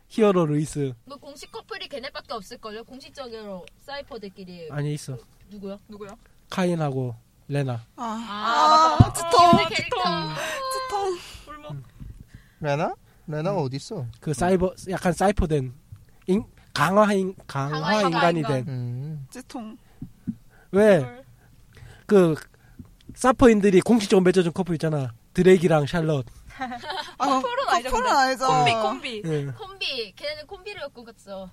히어로 루이스
뭐 공식 커플이 걔네밖에 없을걸요? 공식적으로 사이퍼들끼리
아니 있어
누구요?
누구요?
네. 카인하고 레나
아
아,
맞다.
걔네
두통
캐릭터
두통.
울먹.
레나? 레나가 어딨어?
그 사이버 약간 사이퍼된 인, 강화인 강화
강화
인간이
인간.
음.
두통.
된 왜 그 사퍼인들이 공식적으로 맺어준 커플 있잖아 드레이크랑 샬럿
아
커플은 아니죠,
커플은
근데.
아니죠.
콤비 콤비.
예.
콤비 걔네는 콤비로 엮었어.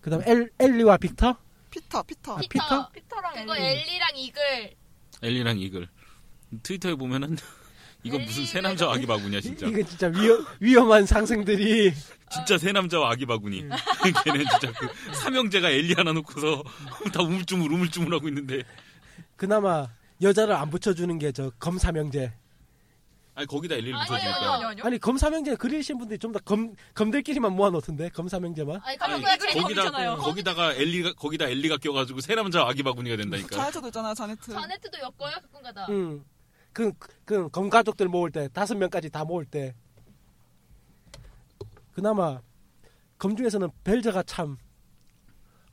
그다음 엘 엘리와 빅터
피터 피터.
아, 피터?
피터랑 음.
그거
엘리.
엘리랑 이글.
엘리랑 이글 트위터에 보면은 이건 무슨 새 남자와 아기 바구니야
이,
진짜.
이거 진짜 위험 위험한 상승들이
진짜 새 남자와 아기 바구니.
음.
걔는 진짜 그 삼형제가 엘리 하나 놓고서 다 우물쭈물 우물쭈물 하고 있는데.
그나마 여자를 안 붙여주는 게 저 검사명제
아니 거기다 엘리를
아니요.
붙여주니까.
아니요 아니요.
아니 검사명제 그리신 분들이 좀 더 검 검들끼리만 모아놓던데 검사명제만
아니
아니,
가만보야
이글이
걔네
거기잖아요.
거기다 거기다가 엘리가 거기다 엘리가 껴가지고 새 남자 아기 바구니가 된다니까.
자네트도 있잖아요 자네트.
자네트도 엮어요
아.
가끔가다.
음. 응그 그 검가족들 모을 때 다섯 명까지 다 모을 때 그나마 검 중에서는 벨저가 참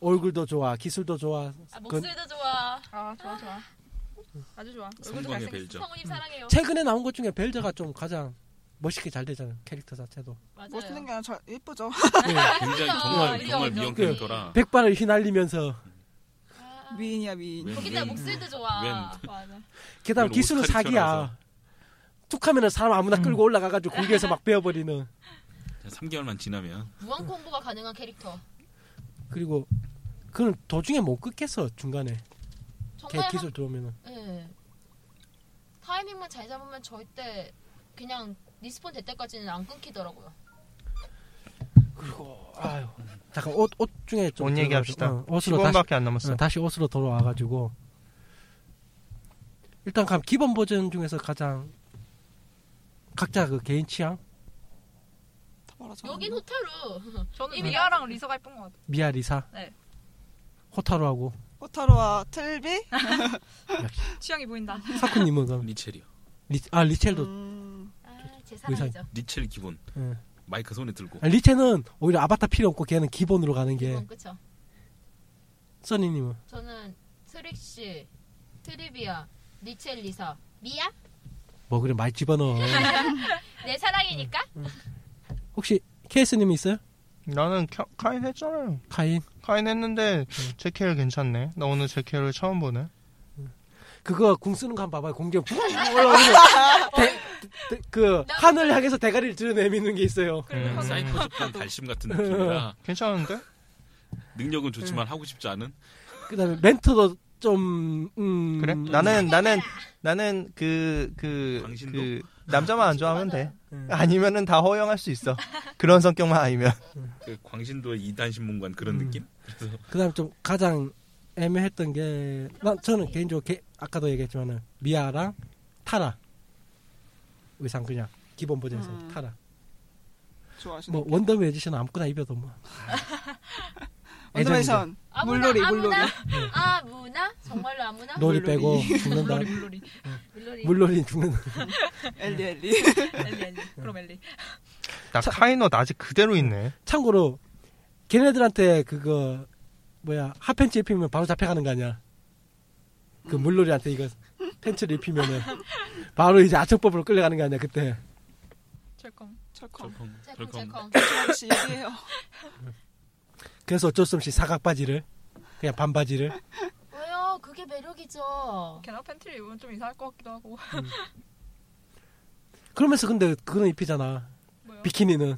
얼굴도 좋아 기술도 좋아
아,
그-
목소리도 좋아.
아 좋아 좋아. 아주 좋아. 얼굴도
성광의
잘생겼어.
벨저.
성우님 사랑해요.
최근에 나온 것 중에 벨저가 좀 가장 멋있게 잘 되잖아요 캐릭터 자체도
맞아요.
멋있는 게 아니라 잘 예쁘죠.
굉장히
아,
정말
미영,
정말
미영.
미형 캐릭터라.
백발을 휘날리면서
아,
미인이야 미인.
웬-
거기다
웬-
목소리도 좋아.
웬-
맞아.
게다가
그리고
기술은
오스카리
사기야
튀어나와서.
툭하면은 사람 아무나 끌고 올라가가지고 공중에서 막 베어버리는
3개월만 지나면
무한 콤보가 가능한 캐릭터.
그리고 그건 도중에 못 끊겠어 중간에 걔
정말
기술 들어오면은
한, 예. 타이밍만 잘 잡으면 절대 그냥 리스폰 될 때까지는 안 끊기더라고요.
그리고 아유 잠깐 옷 옷 중에 좀
옷 얘기합시다.
들어가서, 어, 옷으로 다시
10원밖에 안 남았어.
어, 다시 옷으로 돌아와가지고 일단 그럼 기본 버전 중에서 가장 각자 그 개인 취향
다 말하지
여긴
않았나?
호타루.
저는
이미
미아랑 리사가 예쁜 것 같아요.
미아 리사
네.
호타루하고
호타루와 틀비?
취향이 보인다.
사쿠님은 그럼
리첼이요.
리, 아 리첼도
음,
아, 제 사랑이죠.
리첼 기본.
예.
마이크 손에 들고.
아, 리첼은 오히려 아바타 필요 없고 걔는 기본으로 가는
예.
게
이건 어, 그쵸.
써니님은
저는 트릭시, 트리비아, 리첼 리사, 미야?
뭐 그래 많이 집어넣어
내 사랑이니까?
어.
혹시 케이스님 있어요?
나는 켜- 카인 했잖아요.
카인
카인 했는데
음.
제켈 괜찮네. 나 오늘 제켈을 처음 보네.
그거 궁 쓰는 거 한번 봐봐요 공격 푹 올라오는 거. 대- 대- 그 하늘 향해서 대가리를 들여내미는 게 있어요
그리고
음.
사이퍼 접근 달심 같은 느낌이라
괜찮은데?
능력은 좋지만 하고 싶지 않은.
그 다음에 렌트도 좀 음...
그래? 나는 나는 나는 그그그 그,
당신도?
그 남자만 안 좋아하면 돼.
음.
아니면은 다 허용할 수 있어. 그런 성격만 아니면.
그 광신도의 이단 신문관 그런
음.
느낌? 그래서
그다음 좀 가장 애매했던 게, 난 저는 개인적으로 개- 아까도 얘기했지만은 미아랑 타라 의상 그냥 기본 버전에서
음.
타라.
좋아하시네.
뭐 원더맨 에디션 아무거나 입어도 뭐.
원더메이션.
아무나,
물놀이, 네.
아무나? 아무나? 정말로 아무나?
놀이 빼고 죽는다.
물놀이 물놀이.
물놀이.
물놀이 죽는다.
엘리,
네.
엘리.
엘리 엘리. 그럼 엘리.
네.
나 카인 옷 아직 그대로 있네.
참고로 걔네들한테 그거 뭐야 핫팬츠 입히면 바로 잡혀가는 거 아니야? 그 물놀이한테 이거 팬츠를 입히면은 바로 이제 아청법으로 끌려가는 거 아니야 그때?
철컹.
철컹.
철컹 철컹.
찰컹찰컹.
혹시 얘기해요.
그래서 어쩔 수 없이 사각 바지를 그냥 반바지를
왜요? 그게 매력이죠.
게나 팬티를 입으면 좀 이상할 것 같기도 하고.
그러면서 근데 그건 입히잖아.
뭐요?
비키니는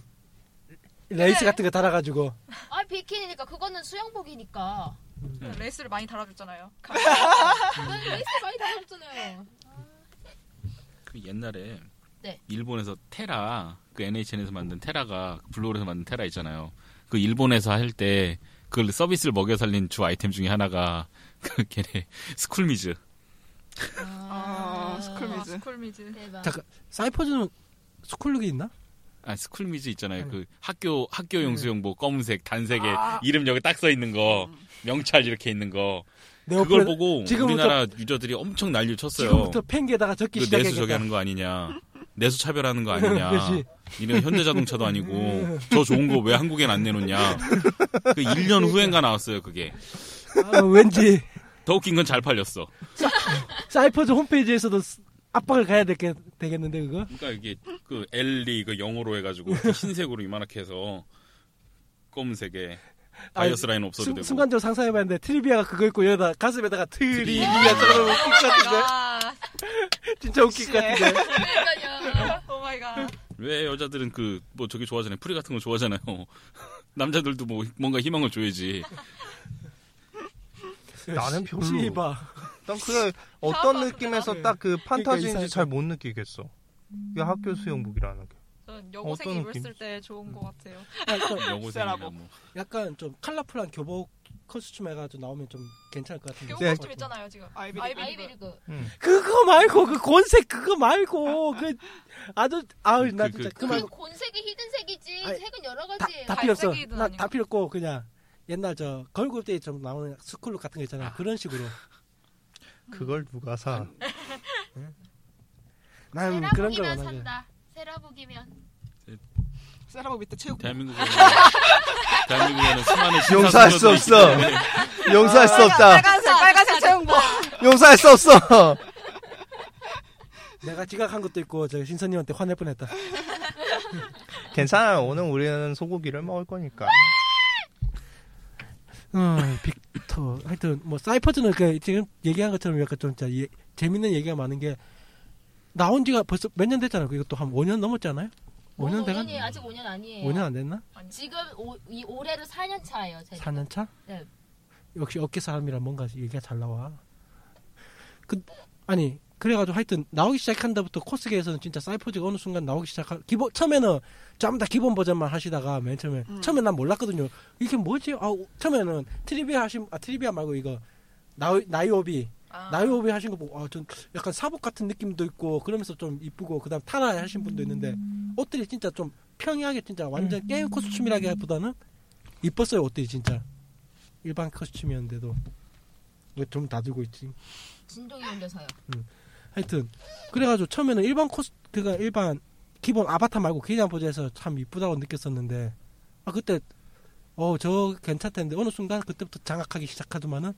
레이스
그래.
같은 거 달아가지고
아, 비키니니까 그거는 수영복이니까.
네.
레이스를 많이 달아줬잖아요.
난 레이스 많이 달았잖아요.
그 옛날에
네.
일본에서 테라 그 NHN에서 만든 테라가 그 블루홀에서 만든 테라 있잖아요. 그 일본에서 할 때 그걸 서비스를 먹여 살린 주 아이템 중에 하나가 그 걔네 스쿨미즈.
아, 스쿨미.
아,
미즈. 네.
스쿨미즈.
대박.
잠깐. 사이퍼즈는 스쿨룩이 있나?
아 스쿨미즈 있잖아요.
네.
그 학교
음.
학교 용수용복 검은색 단색에
아.
이름 여기 딱 써 있는 거 명찰 이렇게 있는 거
내
그걸
음. 네, 옆에
보고
지금부터-
우리나라 유저들이 엄청 난리 쳤어요.
지금부터 팽개다가 적기
그 내수 저기
시작했다.
하는 거 아니냐. 내수 차별하는 거 아니냐.
그치.
니네 현대자동차도 아니고 저 좋은 거 왜 한국엔 안 내놓냐. 그 1년 후엔가 나왔어요 그게.
아, 왠지
더 웃긴 건 잘 팔렸어.
사이퍼즈 홈페이지에서도 스- 압박을 가야 되겠, 되겠는데 그거? 아,
그러니까 이게 그 엘리 그 영어로 해가지고 이렇게 흰색으로 이만하게 해서 검은색에 바이어스 라인 없어도
순,
되고.
순간적으로 상상해봤는데 트리비아가 그거 입고 여기다 가슴에다가
예.
트리비아 저러면 웃길 것 같은데
아,
진짜 웃길 것 같은데
그러니까요.
오 마이 갓.
왜 여자들은 그 뭐 저기 좋아하잖아요. 프리 같은 거 좋아하잖아요. 남자들도 뭐 뭔가 희망을 줘야지.
예.
나는 별로.
씨바
난 그게 어떤 느낌에서 딱 그 판타지인지 잘 못 느끼겠어. 이 학교 수영복이라는 게.
전 여고생이
어떤
입었을
느낌?
때 좋은 것 같아요.
약간,
영어생이나
쎄라고.
뭐.
약간 좀 컬러풀한 교복 커스튬 해가지고 나오면 좀 괜찮을 것 같은데
교복
네.
좀 있잖아요 지금.
아이비.
아이비.
아이비리그.
음.
그거 말고 그 곤색 그거 말고 그 아주 아우 나
그, 그,
진짜 그
그
그
말고
곤색이 흰색이지.
아니,
색은 여러
다,
가지예요.
다 필요 없어
그
나
갈색이든
다
아니면-
필요 없고 그냥 옛날 저 걸그룹 좀 나오는 스쿨룩 같은 거 있잖아 그런 식으로
그걸 누가 사?
난 그런 걸
세라복이면
원하게
산다. 세라복이면.
세라고 밑에 최고.
대한민국에는 뭐 대한민국에는 뭐 수많은 신사
용서할 수
소녀들이
없어.
있기 때문에
용서할 수 없다.
빨간색,
아,
빨간색 채용보.
용서할 수 없어.
내가 지각한 것도 있고 저 신선님한테 화낼 뻔했다
괜찮아요. 오늘 우리는 소고기를 먹을 거니까.
어 빅터 하여튼 뭐 사이퍼즈는 그 지금 얘기한 것처럼 약간 좀 진짜 예- 재밌는 얘기가 많은 게 나온 지가 벌써 몇 년 됐잖아 이것도 한 5년 넘었지 않아요? 5년 돼가
이 아직 5년 아니에요.
5년 안 됐나?
지금 오, 이 올해로 4년 차예요. 제가.
4년 차?
네.
역시 어깨 사람이라 뭔가 얘기가 잘 나와. 그 아니 그래가지고 하여튼 나오기 시작한다부터 코스계에서는 진짜 사이퍼즈가 어느 순간 나오기 시작한 기본 처음에는 전부 다 기본 버전만 하시다가 맨 처음에
음.
처음에 난 몰랐거든요 이게 뭐지 아 우- 처음에는 트리비아 하신 아 트리비아 말고 이거 나 나이오비
아,
나이오비 하신 거 보고 아좀 약간 사복 같은 느낌도 있고 그러면서 좀 이쁘고 그다음 타나 하신 분도 있는데 옷들이 진짜 좀 평이하게 진짜 완전 게임 코스튬이라기보다는 이뻤어요 옷들이 진짜 일반 코스튬이었는데도 이거 좀 놔두고 있지
진동이 울려서요.
하여튼 그래가지고 처음에는 일반 코스 그가 일반 기본 아바타 말고 그냥 보자에서 참 이쁘다고 느꼈었는데 아 그때 어 저 괜찮던데 어느 순간 그때부터 장악하기 시작하더만은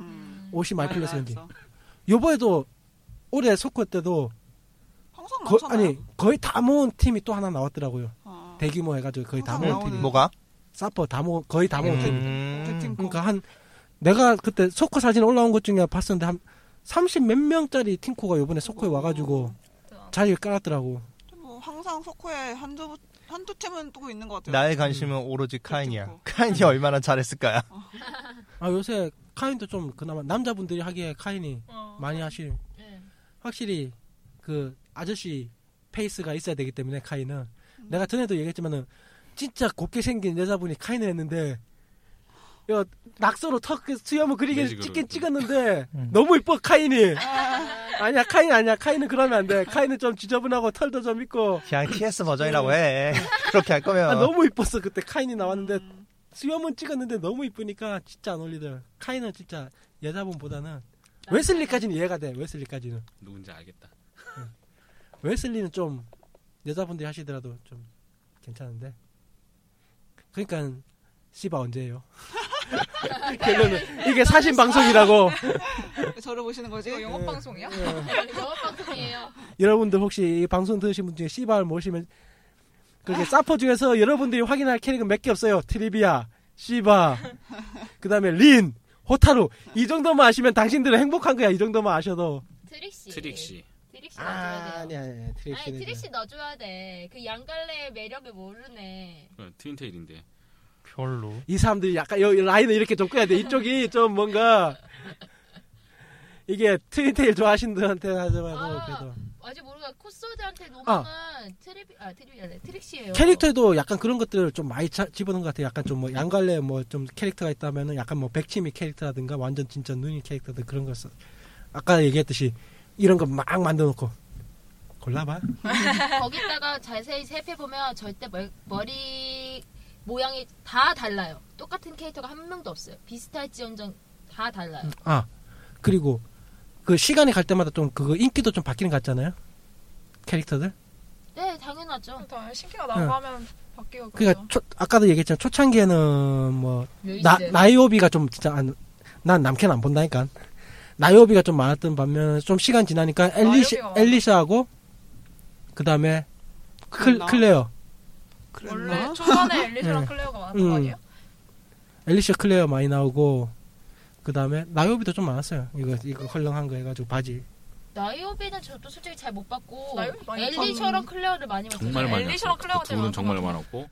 음.
옷이 많이 풀려서
많이
그런지
나왔어.
요번에도 올해 소코 때도
항상
거,
많잖아.
아니 거의 다 모은 팀이 또 하나 나왔더라고요
어.
대규모 해가지고 거의 다
항상
모은
나오는
팀이
뭐가?
사퍼 다 모, 거의 다 모은 팀
음...
팀.
그러니까 한 내가 그때 소코 사진 올라온 것 중에 봤었는데 한 30 몇 명짜리 팀코가 요번에 소코에 와가지고 자리를 깔았더라고
뭐 항상 소코에 한두 한두 팀은 또 있는 것 같아요.
나의 관심은 오로지 카인이야.
그렇고.
카인이 얼마나 잘했을까야.
아 요새 카인도 좀 그나마 남자분들이 하기에 카인이
어.
많이 하시
네.
확실히 그 아저씨 페이스가 있어야 되기 때문에 카인은 내가 전에도 얘기했지만은 진짜 곱게 생긴 여자분이 카인을 했는데 야, 낙서로 턱 수염을 그리게
매직으로.
찍긴 찍었는데
음.
너무 이뻐 카인이 아니야 카인 아니야 카인은 그러면 안돼 카인은 좀 지저분하고 털도 좀 있고
그냥 TS 버전이라고 해. 그렇게 할 거면.
아, 너무 이뻤어 그때 카인이 나왔는데 수염은 찍었는데 너무 이쁘니까 진짜 안 어울리더라. 카이는 진짜 여자분보다는 웨슬리까지는 이해가 돼. 웨슬리까지는
누군지 알겠다.
웨슬리는 좀 여자분들이 하시더라도 좀 괜찮은데. 그러니까 씨바 언제예요? 결론은 이게 사신 방송이라고.
저를 보시는 거지.
이거 영업 방송이야?
네.
영업 방송이에요.
여러분들 혹시 이 방송 들으신 분 중에 씨바를 모시면 그게 사퍼 중에서 여러분들이 확인할 캐릭은 몇 개 없어요. 트리비아, 씨바, 그 다음에 린, 호타루 이 정도만 아시면 당신들은 행복한 거야. 이 정도만 아셔도.
트릭시.
트릭시.
트릭시
아,
넣어줘야
아니
돼요.
아니 트릭시.
아니 트릭시 넣어줘야 돼. 그 양갈래의 매력을 모르네.
그건 트윈테일인데.
별로.
이 사람들이 약간 여 라인을 이렇게 좀 끄야 돼. 이쪽이 좀 뭔가 이게 트윈테일 좋아하시는 분한테 하지만 뭐
아.
그래도
아직 모르겠. 코스어드한테 노망은 트리비 아 트리비아래 트릭시예요.
캐릭터에도 약간 그런 것들을 좀 많이 차- 집어넣은 것 같아요. 약간 좀 뭐 양갈래 뭐 좀 캐릭터가 있다면은 약간 뭐 백치미 캐릭터라든가 완전 진짜 눈이 캐릭터들 그런 거 써. 아까 얘기했듯이 이런 거 막 만들어놓고 골라봐.
거기다가 자세히 살펴보면 절대 멀- 머리 모양이 다 달라요. 똑같은 캐릭터가 한 명도 없어요. 비슷할지언정 다 달라요.
아 그리고 그 시간이 갈 때마다 좀 그거 인기도 좀 바뀌는 것 같잖아요. 캐릭터들.
네, 당연하죠.
다 신기가
네.
나고
응.
하면 바뀌고
그러니까 초- 아까도 얘기했지만 초창기에는 뭐
네,
묘이즈.
나, 나이오비가 좀 진짜 안, 난 남캐는 안 본다니까. 나이오비가 좀 많았던 반면 좀 시간 지나니까 엘리시,
나이오비가 많아.
엘리샤하고 그 다음에 클,
그랬나?
클레어.
원래
그랬나? 네. 음.
초반에 엘리스랑
응.
클레어가 많았던
응.
거 아니에요?
엘리샤 클레어 많이 나오고 그 다음에 나이오비도 좀 많았어요. 이거 이거 헐렁한 거 해가지고 바지.
나이오비는 저도 솔직히 잘 못 봤고
나이오비 많이
엘리처럼 클레어를 많이 봤어요.
정말 많이
엘리시랑
왔어요.
클레어가
그 둘은
제일
정말
많았던
많았고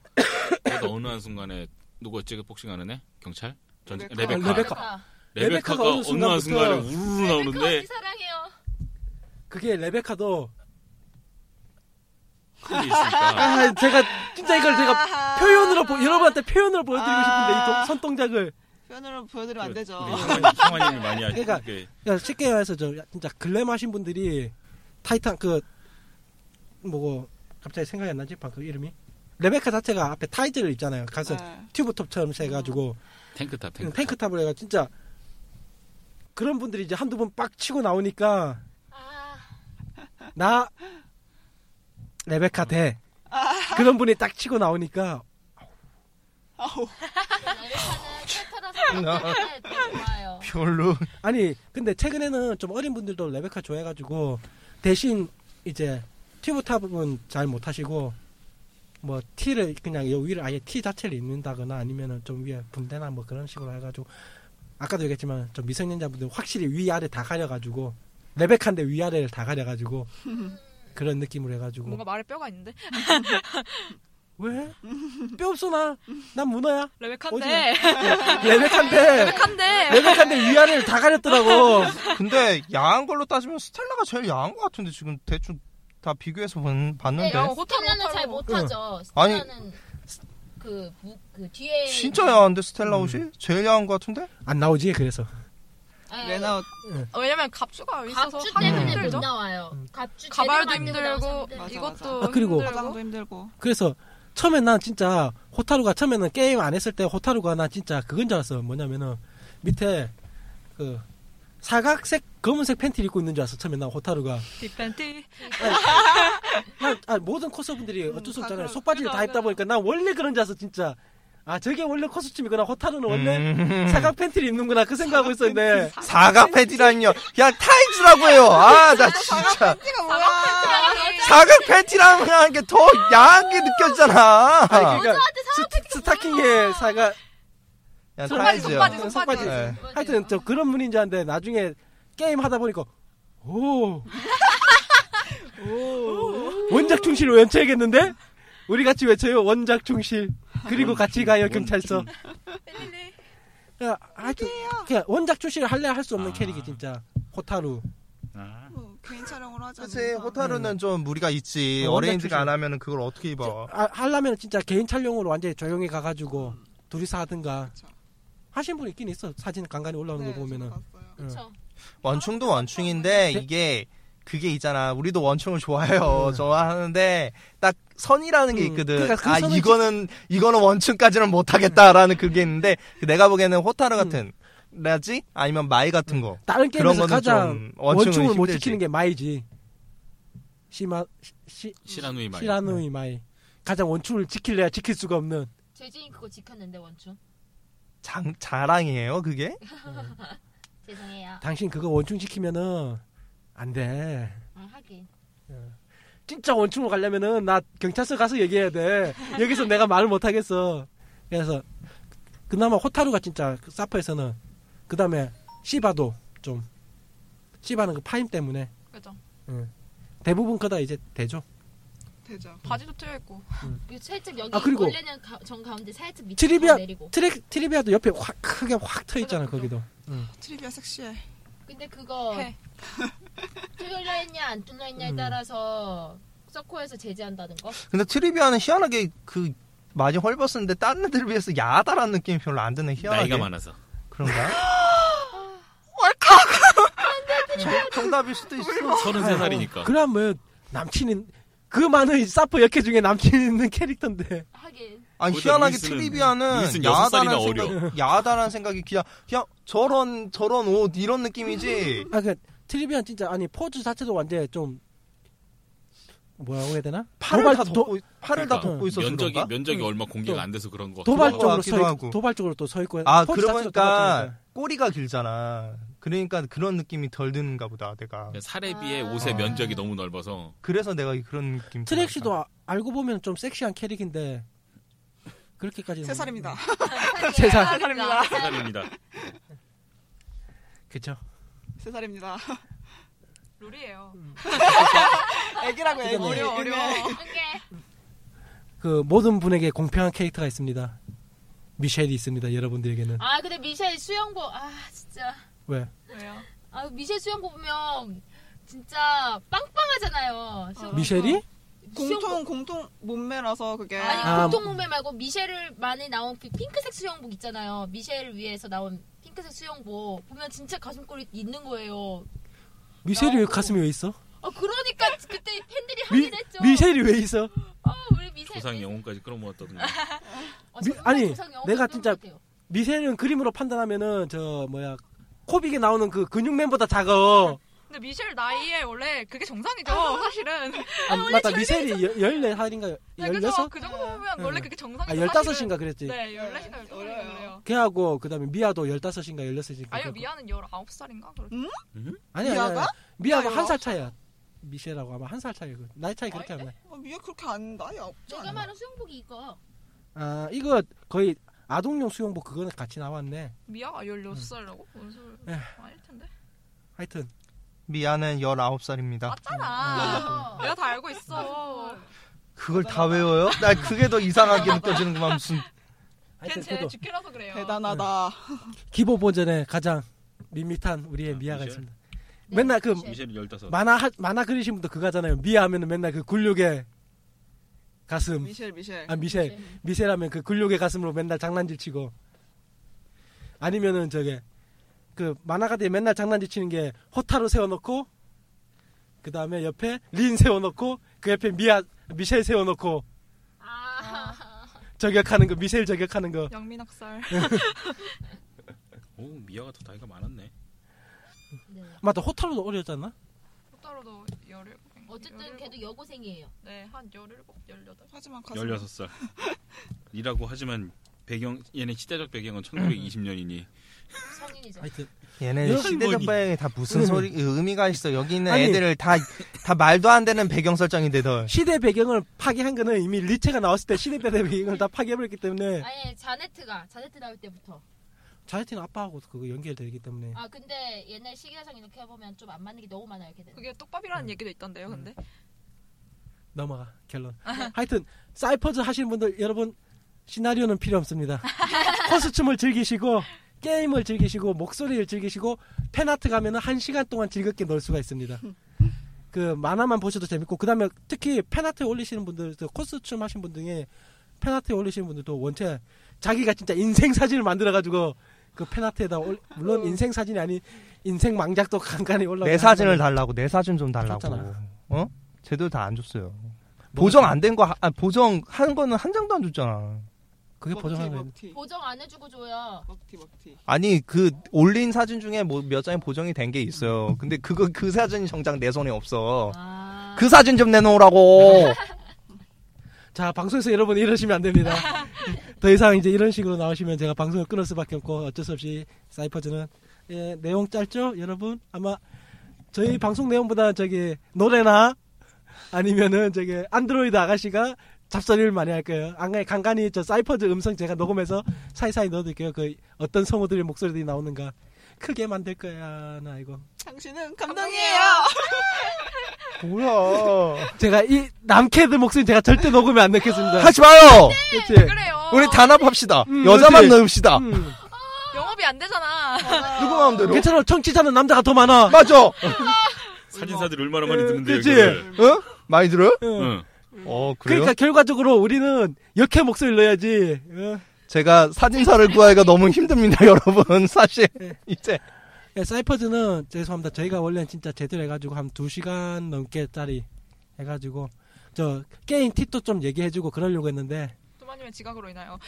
그러다 어느 한 순간에 누구였지 복싱하는 애? 경찰? 전,
레베카.
레베카.
아,
그러니까
레베카.
레베카.
레베카가
가
어느
어느 한 순간에
순간부터
우르르
레베카
나오는데
언니 사랑해요.
그게 레베카도
그게 있으니까
아 제가 진짜 이걸 제가
아하.
표현으로 보- 여러분한테 표현으로 보여드리고 싶은데 이 동-
아.
손동작을
표현으로 보여드리면 안 되죠.
우리 형아님, 형아님이 많이 하시는
그러니까
게
그러니까 쉽게 말해서 저 진짜 글램 하신 분들이 타이탄 그 뭐고 갑자기 생각이 안 나지 방금 그 이름이 레베카 자체가 앞에 타이즈를 입잖아요. 가서
네.
튜브톱처럼 해가지고
탱크탑 탱크.
탱크. 탑을 해가 진짜 그런 분들이 이제 한두 번 빡 치고 나오니까
아,
나 레베카 대 그런 분이 딱 치고 나오니까
아우.
레베카는 캐타라 사랑해. 좋아요.
별로.
아니 근데 최근에는 좀 어린 분들도 레베카 좋아해가지고 대신 이제 튜브 탑은 잘 못하시고 뭐 티를 그냥 요 위를 아예 티 자체를 입는다거나 아니면은 좀 위에 분대나 뭐 그런 식으로 해가지고 아까도 얘기했지만 좀 미성년자분들 확실히 위아래 다 가려가지고 레베카인데 위아래를 다 가려가지고 그런 느낌으로 해가지고
뭔가 말에 뼈가 있는데
왜? 뼈 없어 나. 난 문어야.
레베카인데
레베카인데
네.
레베카인데
레베카인데 위아래를 다 가렸더라고.
근데 야한 걸로 따지면 스텔라가 제일 야한 것 같은데 지금 대충 다 비교해서 본- 봤는데
네, 어,
호텔라는 잘 못하죠.
아니.
스텔라는 그, 무- 그 뒤에
진짜 야한데 스텔라 옷이 제일 야한 것 같은데
안 나오지 그래서. 네.
아니,
네,
왜 나왔?
왜냐면 갑주가 있어서
갑주
하기
때문에 못
힘들죠.
나와요. 갑주
가발도
제대로 만들고 나와서
힘들고 음.
힘들죠.
맞아,
이것도
맞아. 아, 그리고-
화장도
힘들고
힘들고.
그래서 처음엔 난 진짜 호타루가 처음에는 게임 안 했을 때 호타루가 난 진짜 그건 줄 알았어. 뭐냐면은 밑에 그 사각색 검은색 팬티를 입고 있는 줄 알았어. 처음에 난 호타루가.
뒷팬티
난, 아, 모든 코스분들이 어쩔 수
다
없잖아요.
그런-
속바지를 다
그죠,
입다
그죠.
보니까 난 원래 그런 줄 알았어 진짜. 아 저게 원래 코스튬이구나. 호타루는 원래
음. 아.
사각 팬티를 입는구나 그 생각하고 있었는데
사과 팬티라니요 야 타임즈라고 해요 아 나 진짜
팬티가 뭐야?
사각 팬티라고 하는 게 더 야한 게 느껴지잖아
아니 그러니까 스, 스타킹에 사각
야,
속바지,
타이즈야.
속바지,
어,
속바지.
속바지.
네.
하여튼 저 그런 분인 줄 알았는데 나중에 게임 하다 보니까 오, 원작 충실을 외쳐야겠는데 우리 같이 외쳐요 원작 충실 그리고 같이 가요 경찰서 야, 하여튼 그냥 원작 출시를 할래 할 수 없는
아.
캐릭이 진짜 호타루
아,
뭐, 개인 촬영으로 하자.
그치 호타루는 좀 무리가 있지
어,
어레인지가
혼자
안 하면 그걸 어떻게 입어
아, 하려면 진짜 개인 촬영으로 완전히 조용히 가가지고 둘이서 하든가
그쵸.
하신 분 있긴 있어 사진 간간히
네,
올라오는 거 보면은
그렇죠.
원충도
네?
원충인데 이게 그게 있잖아. 우리도 원충을 좋아해요. 좋아하는데 딱 선이라는 게
음,
있거든.
그러니까 그
아
선을
이거는 이거는 원충까지는 못하겠다라는 그게 있는데 내가 보기에는 호타르
음.
같은 라지 아니면 마이 같은 거.
다른
그런
게임에서
거는
가장
좀 원충은
원충을 못
힘들지.
지키는 게 마이지 시마 시,
시라누이 말.
시라누이 마이 가장 원충을 지킬래야 지킬 수가 없는
재진이 그거 지켰는데 원충.
장, 자랑이에요 그게?
죄송해요.
당신 그거 원충 지키면은 안돼
아, 하긴.
진짜 원충으로 가려면은 나 경찰서 가서 얘기해야 돼. 여기서 내가 말을 못 하겠어. 그래서 그나마 호타루가 진짜 그 사퍼에서는 그 다음에 시바도 좀 시바는 그 파임 때문에
그죠
대부분 그다 이제 되죠.
되죠.
바지도 트여 있고
이거 살짝 여기
아, 그리고-
원래는 가, 정 가운데 살짝 밑으로
트리비아
내리고.
트리, 트리비아도 옆에 확 크게 확 터 있잖아 거기도.
트리비아 섹시해.
근데 그거
해.
뚫려 있냐 안 뚫려 있냐에
음.
따라서 서코에서 제재한다는 거.
근데 트리비아는 희한하게 그 많이 헐벗었는데 다른 애들에 비해서 야하다라는 느낌이 별로 안 드는 희한하게
나이가 많아서.
그런가? 정- 정답일 수도 있어.
33살이니까.
아, 그러면 남친인 그 많은 이 사퍼 역캐 중에 남친 있는 캐릭터인데
하긴.
아니
거기다
희한하게
루이스는-
트리비아는
루이스는 여섯 살이나
야하다는
어려.
생각, 야하다는 생각이 그냥 그냥 저런 저런 옷 이런 느낌이지.
아그 그러니까 트리비아 진짜 아니 포즈 자체도 완전 좀 뭐라고 해야 되나?
팔을 어,
도발-
다 덮고 팔을
그러니까
다 덮고 있어서
면적이
그런가?
면적이
응.
얼마
또
공개가 안 돼서 그런 거. 같기도 하고.
도발적으로
아, 같기도
서 있고
하고.
도발적으로 또 서 있고
아
포즈 네, 자체도 도발적으로
그러니까 꼬리가 길잖아. 그러니까 그런 느낌이 덜 드는가 보다 내가.
살에 비해 옷의
아.
면적이 너무 넓어서
그래서 내가 그런 느낌.
트랙 씨도
음.
아- 알고 보면 좀 섹시한 캐릭인데 음, 그렇게까지
세 살입니다.
세살
사람입니다.
사람입니다.
그쵸
세 살입니다.
룰이에요
음. 애기라고 애기.
어려,
어려워 어려워
네.
그 모든 분에게 공평한 캐릭터가 있습니다 미셸이 있습니다 여러분들에게는
아 근데 미셸 수영복 아 진짜
왜
왜요
아 미셸 수영복 보면 진짜 빵빵하잖아요. 수영복.
미셸이
공통 공통 몸매라서 그게.
아니
아.
보통 몸매 말고 미셸을 많이 나온 그 핑크색 수영복 있잖아요. 미셸을 위해서 나온 핑크색 수영복 보면 진짜 가슴골이 있는 거예요.
미셸이 왜 가슴에 왜 있어
아 그러니까 그때 팬들이
미,
하긴 했죠.
미셸이 왜 있어
아 우리 미셸
조상 영혼까지 끌어모았다든가.
어,
미-
정말
아니,
조상 영혼
내가
그런
진짜-
것 같아요.
미셸은 그림으로 판단하면은 저 뭐야 코빅에 나오는 그 근육맨보다 작어
근데 미셸 나이에 원래 그게 정상이죠 사실은
아, 맞다 미셸이 여- 14살인가
네, 그죠
16?
그 정도 보면
네.
원래 그게 정상이죠
아
사실은.
15인가 그랬지
네 14시인가 15시인가
어려요.
그래요
걔하고 그다음에 미아도 15인가 16인가
아니요 미아는 19살인가 그렇게
아니야,
미아가?
아니야. 미아가
미아요?
한 살 차이야. 미셸하고 아마 한 살 차이고 나이 차이 그렇게 안 나.
어, 미야 그렇게 안 나야 없지
내가
않나?
말한 수영복이 이거. 어,
아 이거 거의 아동용 수영복 그거는 같이 나왔네.
미아가
음.
16살이라고? 뭔 소리
네.
아닐 텐데
하여튼
미아는 19살입니다.
음.
맞잖아 내가 다 알고 있어
그걸 다 외워요? 나 그게 더 이상하게 느껴지는구만 무슨
걔
하여튼
제
그래도
주캐라서 그래요.
대단하다.
기보 버전의 가장 밋밋한 우리의 미아가
미셸?
있습니다. 맨날 그
네, 미셸.
미셸 15.
만화 하- 만화 그리신 분도 그거 하잖아요. 미아 하면은 맨날 그 굴욕의 가슴.
미셸 미셸.
아 미셸. 미셸 하면 그 굴욕의 가슴으로 맨날 장난질 치고. 아니면은 저게 그 만화가 되면 맨날 장난질 치는 게 호타로 세워놓고 그 다음에 옆에 린 세워놓고 그 옆에 미아 미셸 세워놓고
아,
저격하는 거 미셸 저격하는 거
영민학살.
네.
오, 미아가 더 나이가 많았네.
맞다 호타로도 어렸잖아
호타로도 열일.
어쨌든 걔도 여고생이에요.
네한 열일곱 열여덟.
하지만 가슴
16살. 이라고 하지만 배경 얘네 시대적 배경은 1920년이니
성인이죠.
하여튼
얘네
이런
시대적
거니.
방향이 다 무슨
음.
소리 의미가 있어 여기 있는
아니.
애들을 다 다 말도 안 되는 배경 설정인데 덜
시대 배경을 파괴한 거는 이미 리체가 나왔을 때 시대 배경을 다 파괴해버렸기 때문에
아니 자네트가 자네트 나올 때부터.
자이틴 아빠하고 그거 연결되기 때문에
아 근데 옛날 시계상 이렇게 해보면 좀 안 맞는 게 너무 많아요 걔들.
그게 똑밥이라는
음.
얘기도 있던데요. 근데
넘어가 결론 하여튼 사이퍼즈 하시는 분들 여러분 시나리오는 필요 없습니다 코스튬을 즐기시고 게임을 즐기시고 목소리를 즐기시고 팬아트 가면은 한 시간 동안 즐겁게 놀 수가 있습니다 그 만화만 보셔도 재밌고 그 다음에 특히 팬아트 올리시는 분들 그 코스튬 하신 분 중에 팬아트 올리시는 분들도 원체 자기가 진짜 인생 사진을 만들어 가지고 그 팬아트에다 올, 물론 인생 사진이 아닌 인생 망작도 간간히 올라가
내네 사진을 달라고 내 사진 좀 달라고
줬잖아.
어 제대로 다 안 줬어요 보정 안 된 거 아, 보정 한 거는 한 장도 안 줬잖아
그게
어,
보정하는 거예요.
먹튀
보정 안 해주고 줘요.
먹튀 먹튀.
아니 그 올린 사진 중에 뭐 몇 장이 보정이 된 게 있어요 근데 그거 그 사진이 정작 내 손에 없어
아.
그 사진 좀 내놓으라고
자 방송에서 여러분 이러시면 안 됩니다. 더 이상 이제 이런 식으로 나오시면 제가 방송을 끊을 수밖에 없고 어쩔 수 없이 사이퍼즈는 예, 내용 짧죠 여러분 아마 저희 방송 내용보다 저기 노래나 아니면은 저기 안드로이드 아가씨가 잡소리를 많이 할 거예요. 안간히 간간히 저 사이퍼즈 음성 제가 녹음해서 사이사이 넣어둘게요. 그 어떤 성우들의 목소리들이 나오는가 크게 만들 거야 나 이거
당신은 감동이에요.
뭐야
제가 이 남캐들 목소리 제가 절대 녹음에 안 넣겠습니다.
하지 마요
그치?
그래요.
우리 단합합시다
음,
여자만
그치.
넣읍시다
음.
영업이 안 되잖아.
누구 마음대로
괜찮아 청취자는 남자가 더 많아.
맞아
사진사들이 얼마나 많이 듣는데
그치?
여기를.
어? 많이 들어요?
응.
응.
어 그래요?
그러니까 결과적으로 우리는 역해 목소리를 넣어야지. 응.
제가 사진사를 구하기가 너무 힘듭니다, 여러분. 사실 이제
예, 사이퍼즈는 죄송합니다. 저희가 원래는 진짜 제대로 해가지고 한 2시간 넘게 짜리 해가지고 저 게임 팁도 좀 얘기해주고 그러려고 했는데
도마님의 지각으로 인하여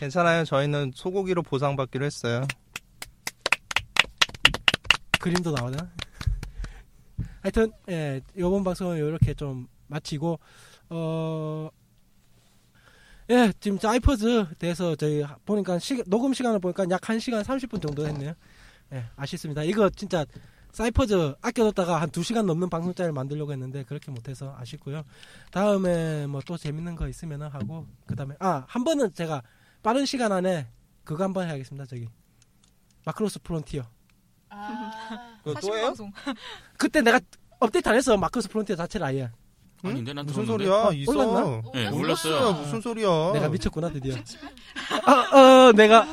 괜찮아요. 저희는 소고기로 보상받기로 했어요.
그림도 나오나? 하여튼 예, 이번 방송은 이렇게 좀 마치고 어. 예, 지금 사이퍼즈 대해서 저희 하- 보니까 시, 녹음 시간을 보니까 약 1시간 30분 정도 했네요. 예, 아쉽습니다. 이거 진짜 사이퍼즈 아껴뒀다가 한 2시간 넘는 방송짜를 만들려고 했는데 그렇게 못해서 아쉽고요. 다음에 뭐 또 재밌는 거 있으면 하고 그다음에 아, 한 번은 제가 빠른 시간 안에 그거 한 번 해야겠습니다. 저기 마크로스 프론티어.
아.
그,
그
사신 방송.
그때 내가 업데이트 안 했어 마크로스 프론티어 자체를 아예
아닌데 난
무슨
들었는데.
소리야?
어,
있어.
올랐나?
네,
있어요.
음.
몰랐어요.
무슨 소리야?
내가 미쳤구나 드디어 아, 어, 내가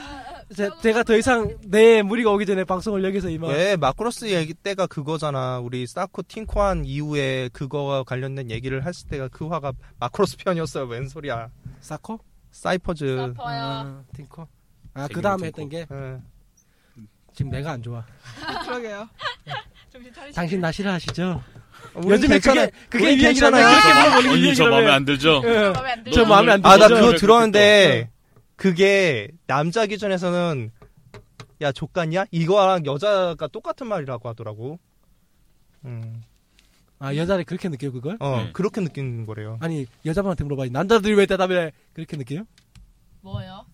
제, 제가 더 이상 내 무리가 오기 전에 방송을 여기서 이만
왜 예, 마크로스 얘기 때가 그거잖아. 우리 사코 팅코한 이후에 그거와 관련된 얘기를 했을 때가 그 화가 마크로스 편이었어요. 웬 소리야?
사코?
음.
음.
사이퍼즈.
아파요.
팅코 아
재밌는
그 다음에
팅코.
했던 게
예.
지금 내가 안 좋아
그러게요.
정신 차리시.
당신 나 싫어하시죠?
우리
요즘에
괜찮아요.
그게 그게
우린
유행이잖아
괜찮아요.
이렇게 물어보는 게
언니 저 마음에
유행이라며
안 들죠?
예.
마음에 안 들어.
저 마음에 안
아, 나
그죠? 네.
그거 들었는데 그게 남자 기준에서는 야 족같냐? 이거랑 여자가 똑같은 말이라고 하더라고. 음,
아 여자를 그렇게 느껴요 그걸?
어
네.
그렇게 느끼는 거래요.
아니 여자분한테 물어봐야지 남자들이 왜 대답해 그렇게 느껴요?
뭐요?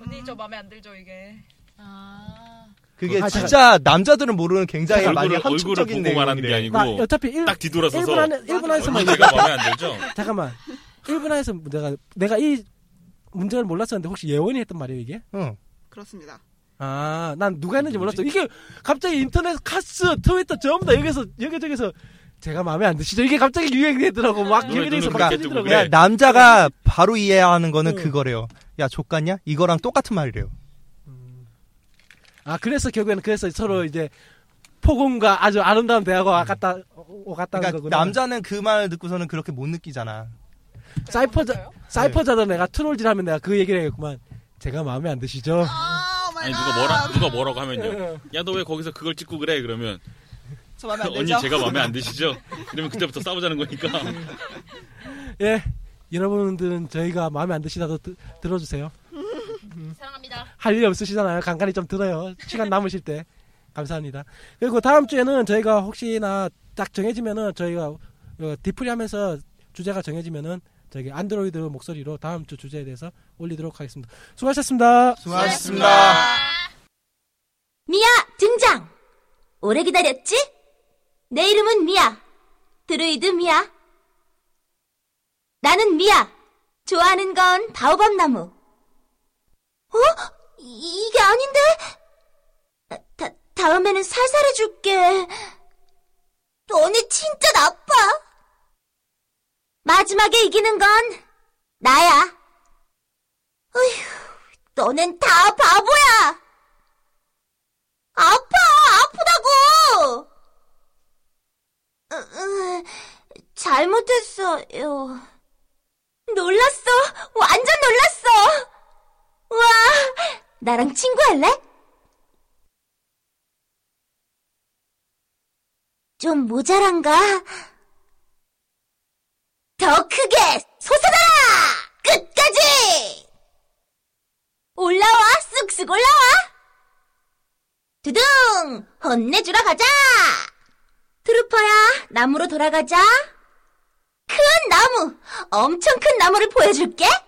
언니 저 마음에 안 들죠 이게.
아.
그게
아,
진짜 남자들은 모르는 굉장히 많이
얼굴을, 얼굴을
함축적인
보고 말하는 게
내용인데.
아니고
나 어차피 일
딱 뒤돌아서서
1분 안에 1분 안에서만 어
언니가 마음에 안 들죠?
잠깐만. 일본에서 내가 내가 이 문제를 몰랐었는데 혹시 예원이 했던 말이에요 이게?
응.
그렇습니다.
아, 난 누가 했는지 몰랐어.
누구지?
이게 갑자기 인터넷 카스, 트위터 전부 다 여기서 여기저기서 제가 마음에 안 드시죠? 이게 갑자기 유행되더라고. 막
노래,
기분에서
노래
막
그렇게 뜨고
찢더라고.
그래.
야, 그러니까 남자가 바로 이해하는 거는
응.
그거래요. 야, 족같냐? 이거랑 똑같은 말이래요.
아, 그래서 결국에는 그래서 서로 이제 폭언과 아주 아름다운 대화가 갔다 오갔다는
그러니까
거구나.
남자는 그 말을 듣고서는 그렇게 못 느끼잖아.
사이퍼자
네.
사이퍼자다 내가 트롤질 하면 내가 그 얘기를 해야겠구만. 제가 마음에 안 드시죠?
아, 오 마이
아니
갓.
누가 뭐라 누가 뭐라고 하면요. 야 너 왜 거기서 그걸 찍고 그래? 그러면
저 마음에 안
언니
들죠?
제가 마음에 안 드시죠? 이러면 그때부터 싸우자는 거니까.
예. 여러분들은 저희가 마음에 안 드시다도 드- 들어주세요.
사랑합니다.
할 일 없으시잖아요. 간간히 좀 들어요. 시간 남으실 때. 감사합니다. 그리고 다음 주에는 저희가 혹시나 딱 정해지면은 저희가 어, 디프리 하면서 주제가 정해지면은 저기 안드로이드 목소리로 다음 주 주제에 대해서 올리도록 하겠습니다. 수고하셨습니다.
수고하셨습니다.
미야, 등장! 오래 기다렸지? 내 이름은 미야. 드루이드 미야. 나는 미야. 좋아하는 건 바오밤 나무. 어? 이, 이게 아닌데? 아, 다, 다음에는 살살해줄게. 너네 진짜 나빠. 마지막에 이기는 건 나야. 어휴, 너넨 다 바보야! 아파! 아프다고! 으, 으, 잘못했어요. 놀랐어! 완전 놀랐어! 와! 나랑 친구할래? 좀 모자란가? 더 크게 솟아나라! 끝까지! 올라와! 쑥쑥 올라와! 두둥! 혼내주러 가자! 트루퍼야, 나무로 돌아가자. 큰 나무! 엄청 큰 나무를 보여줄게!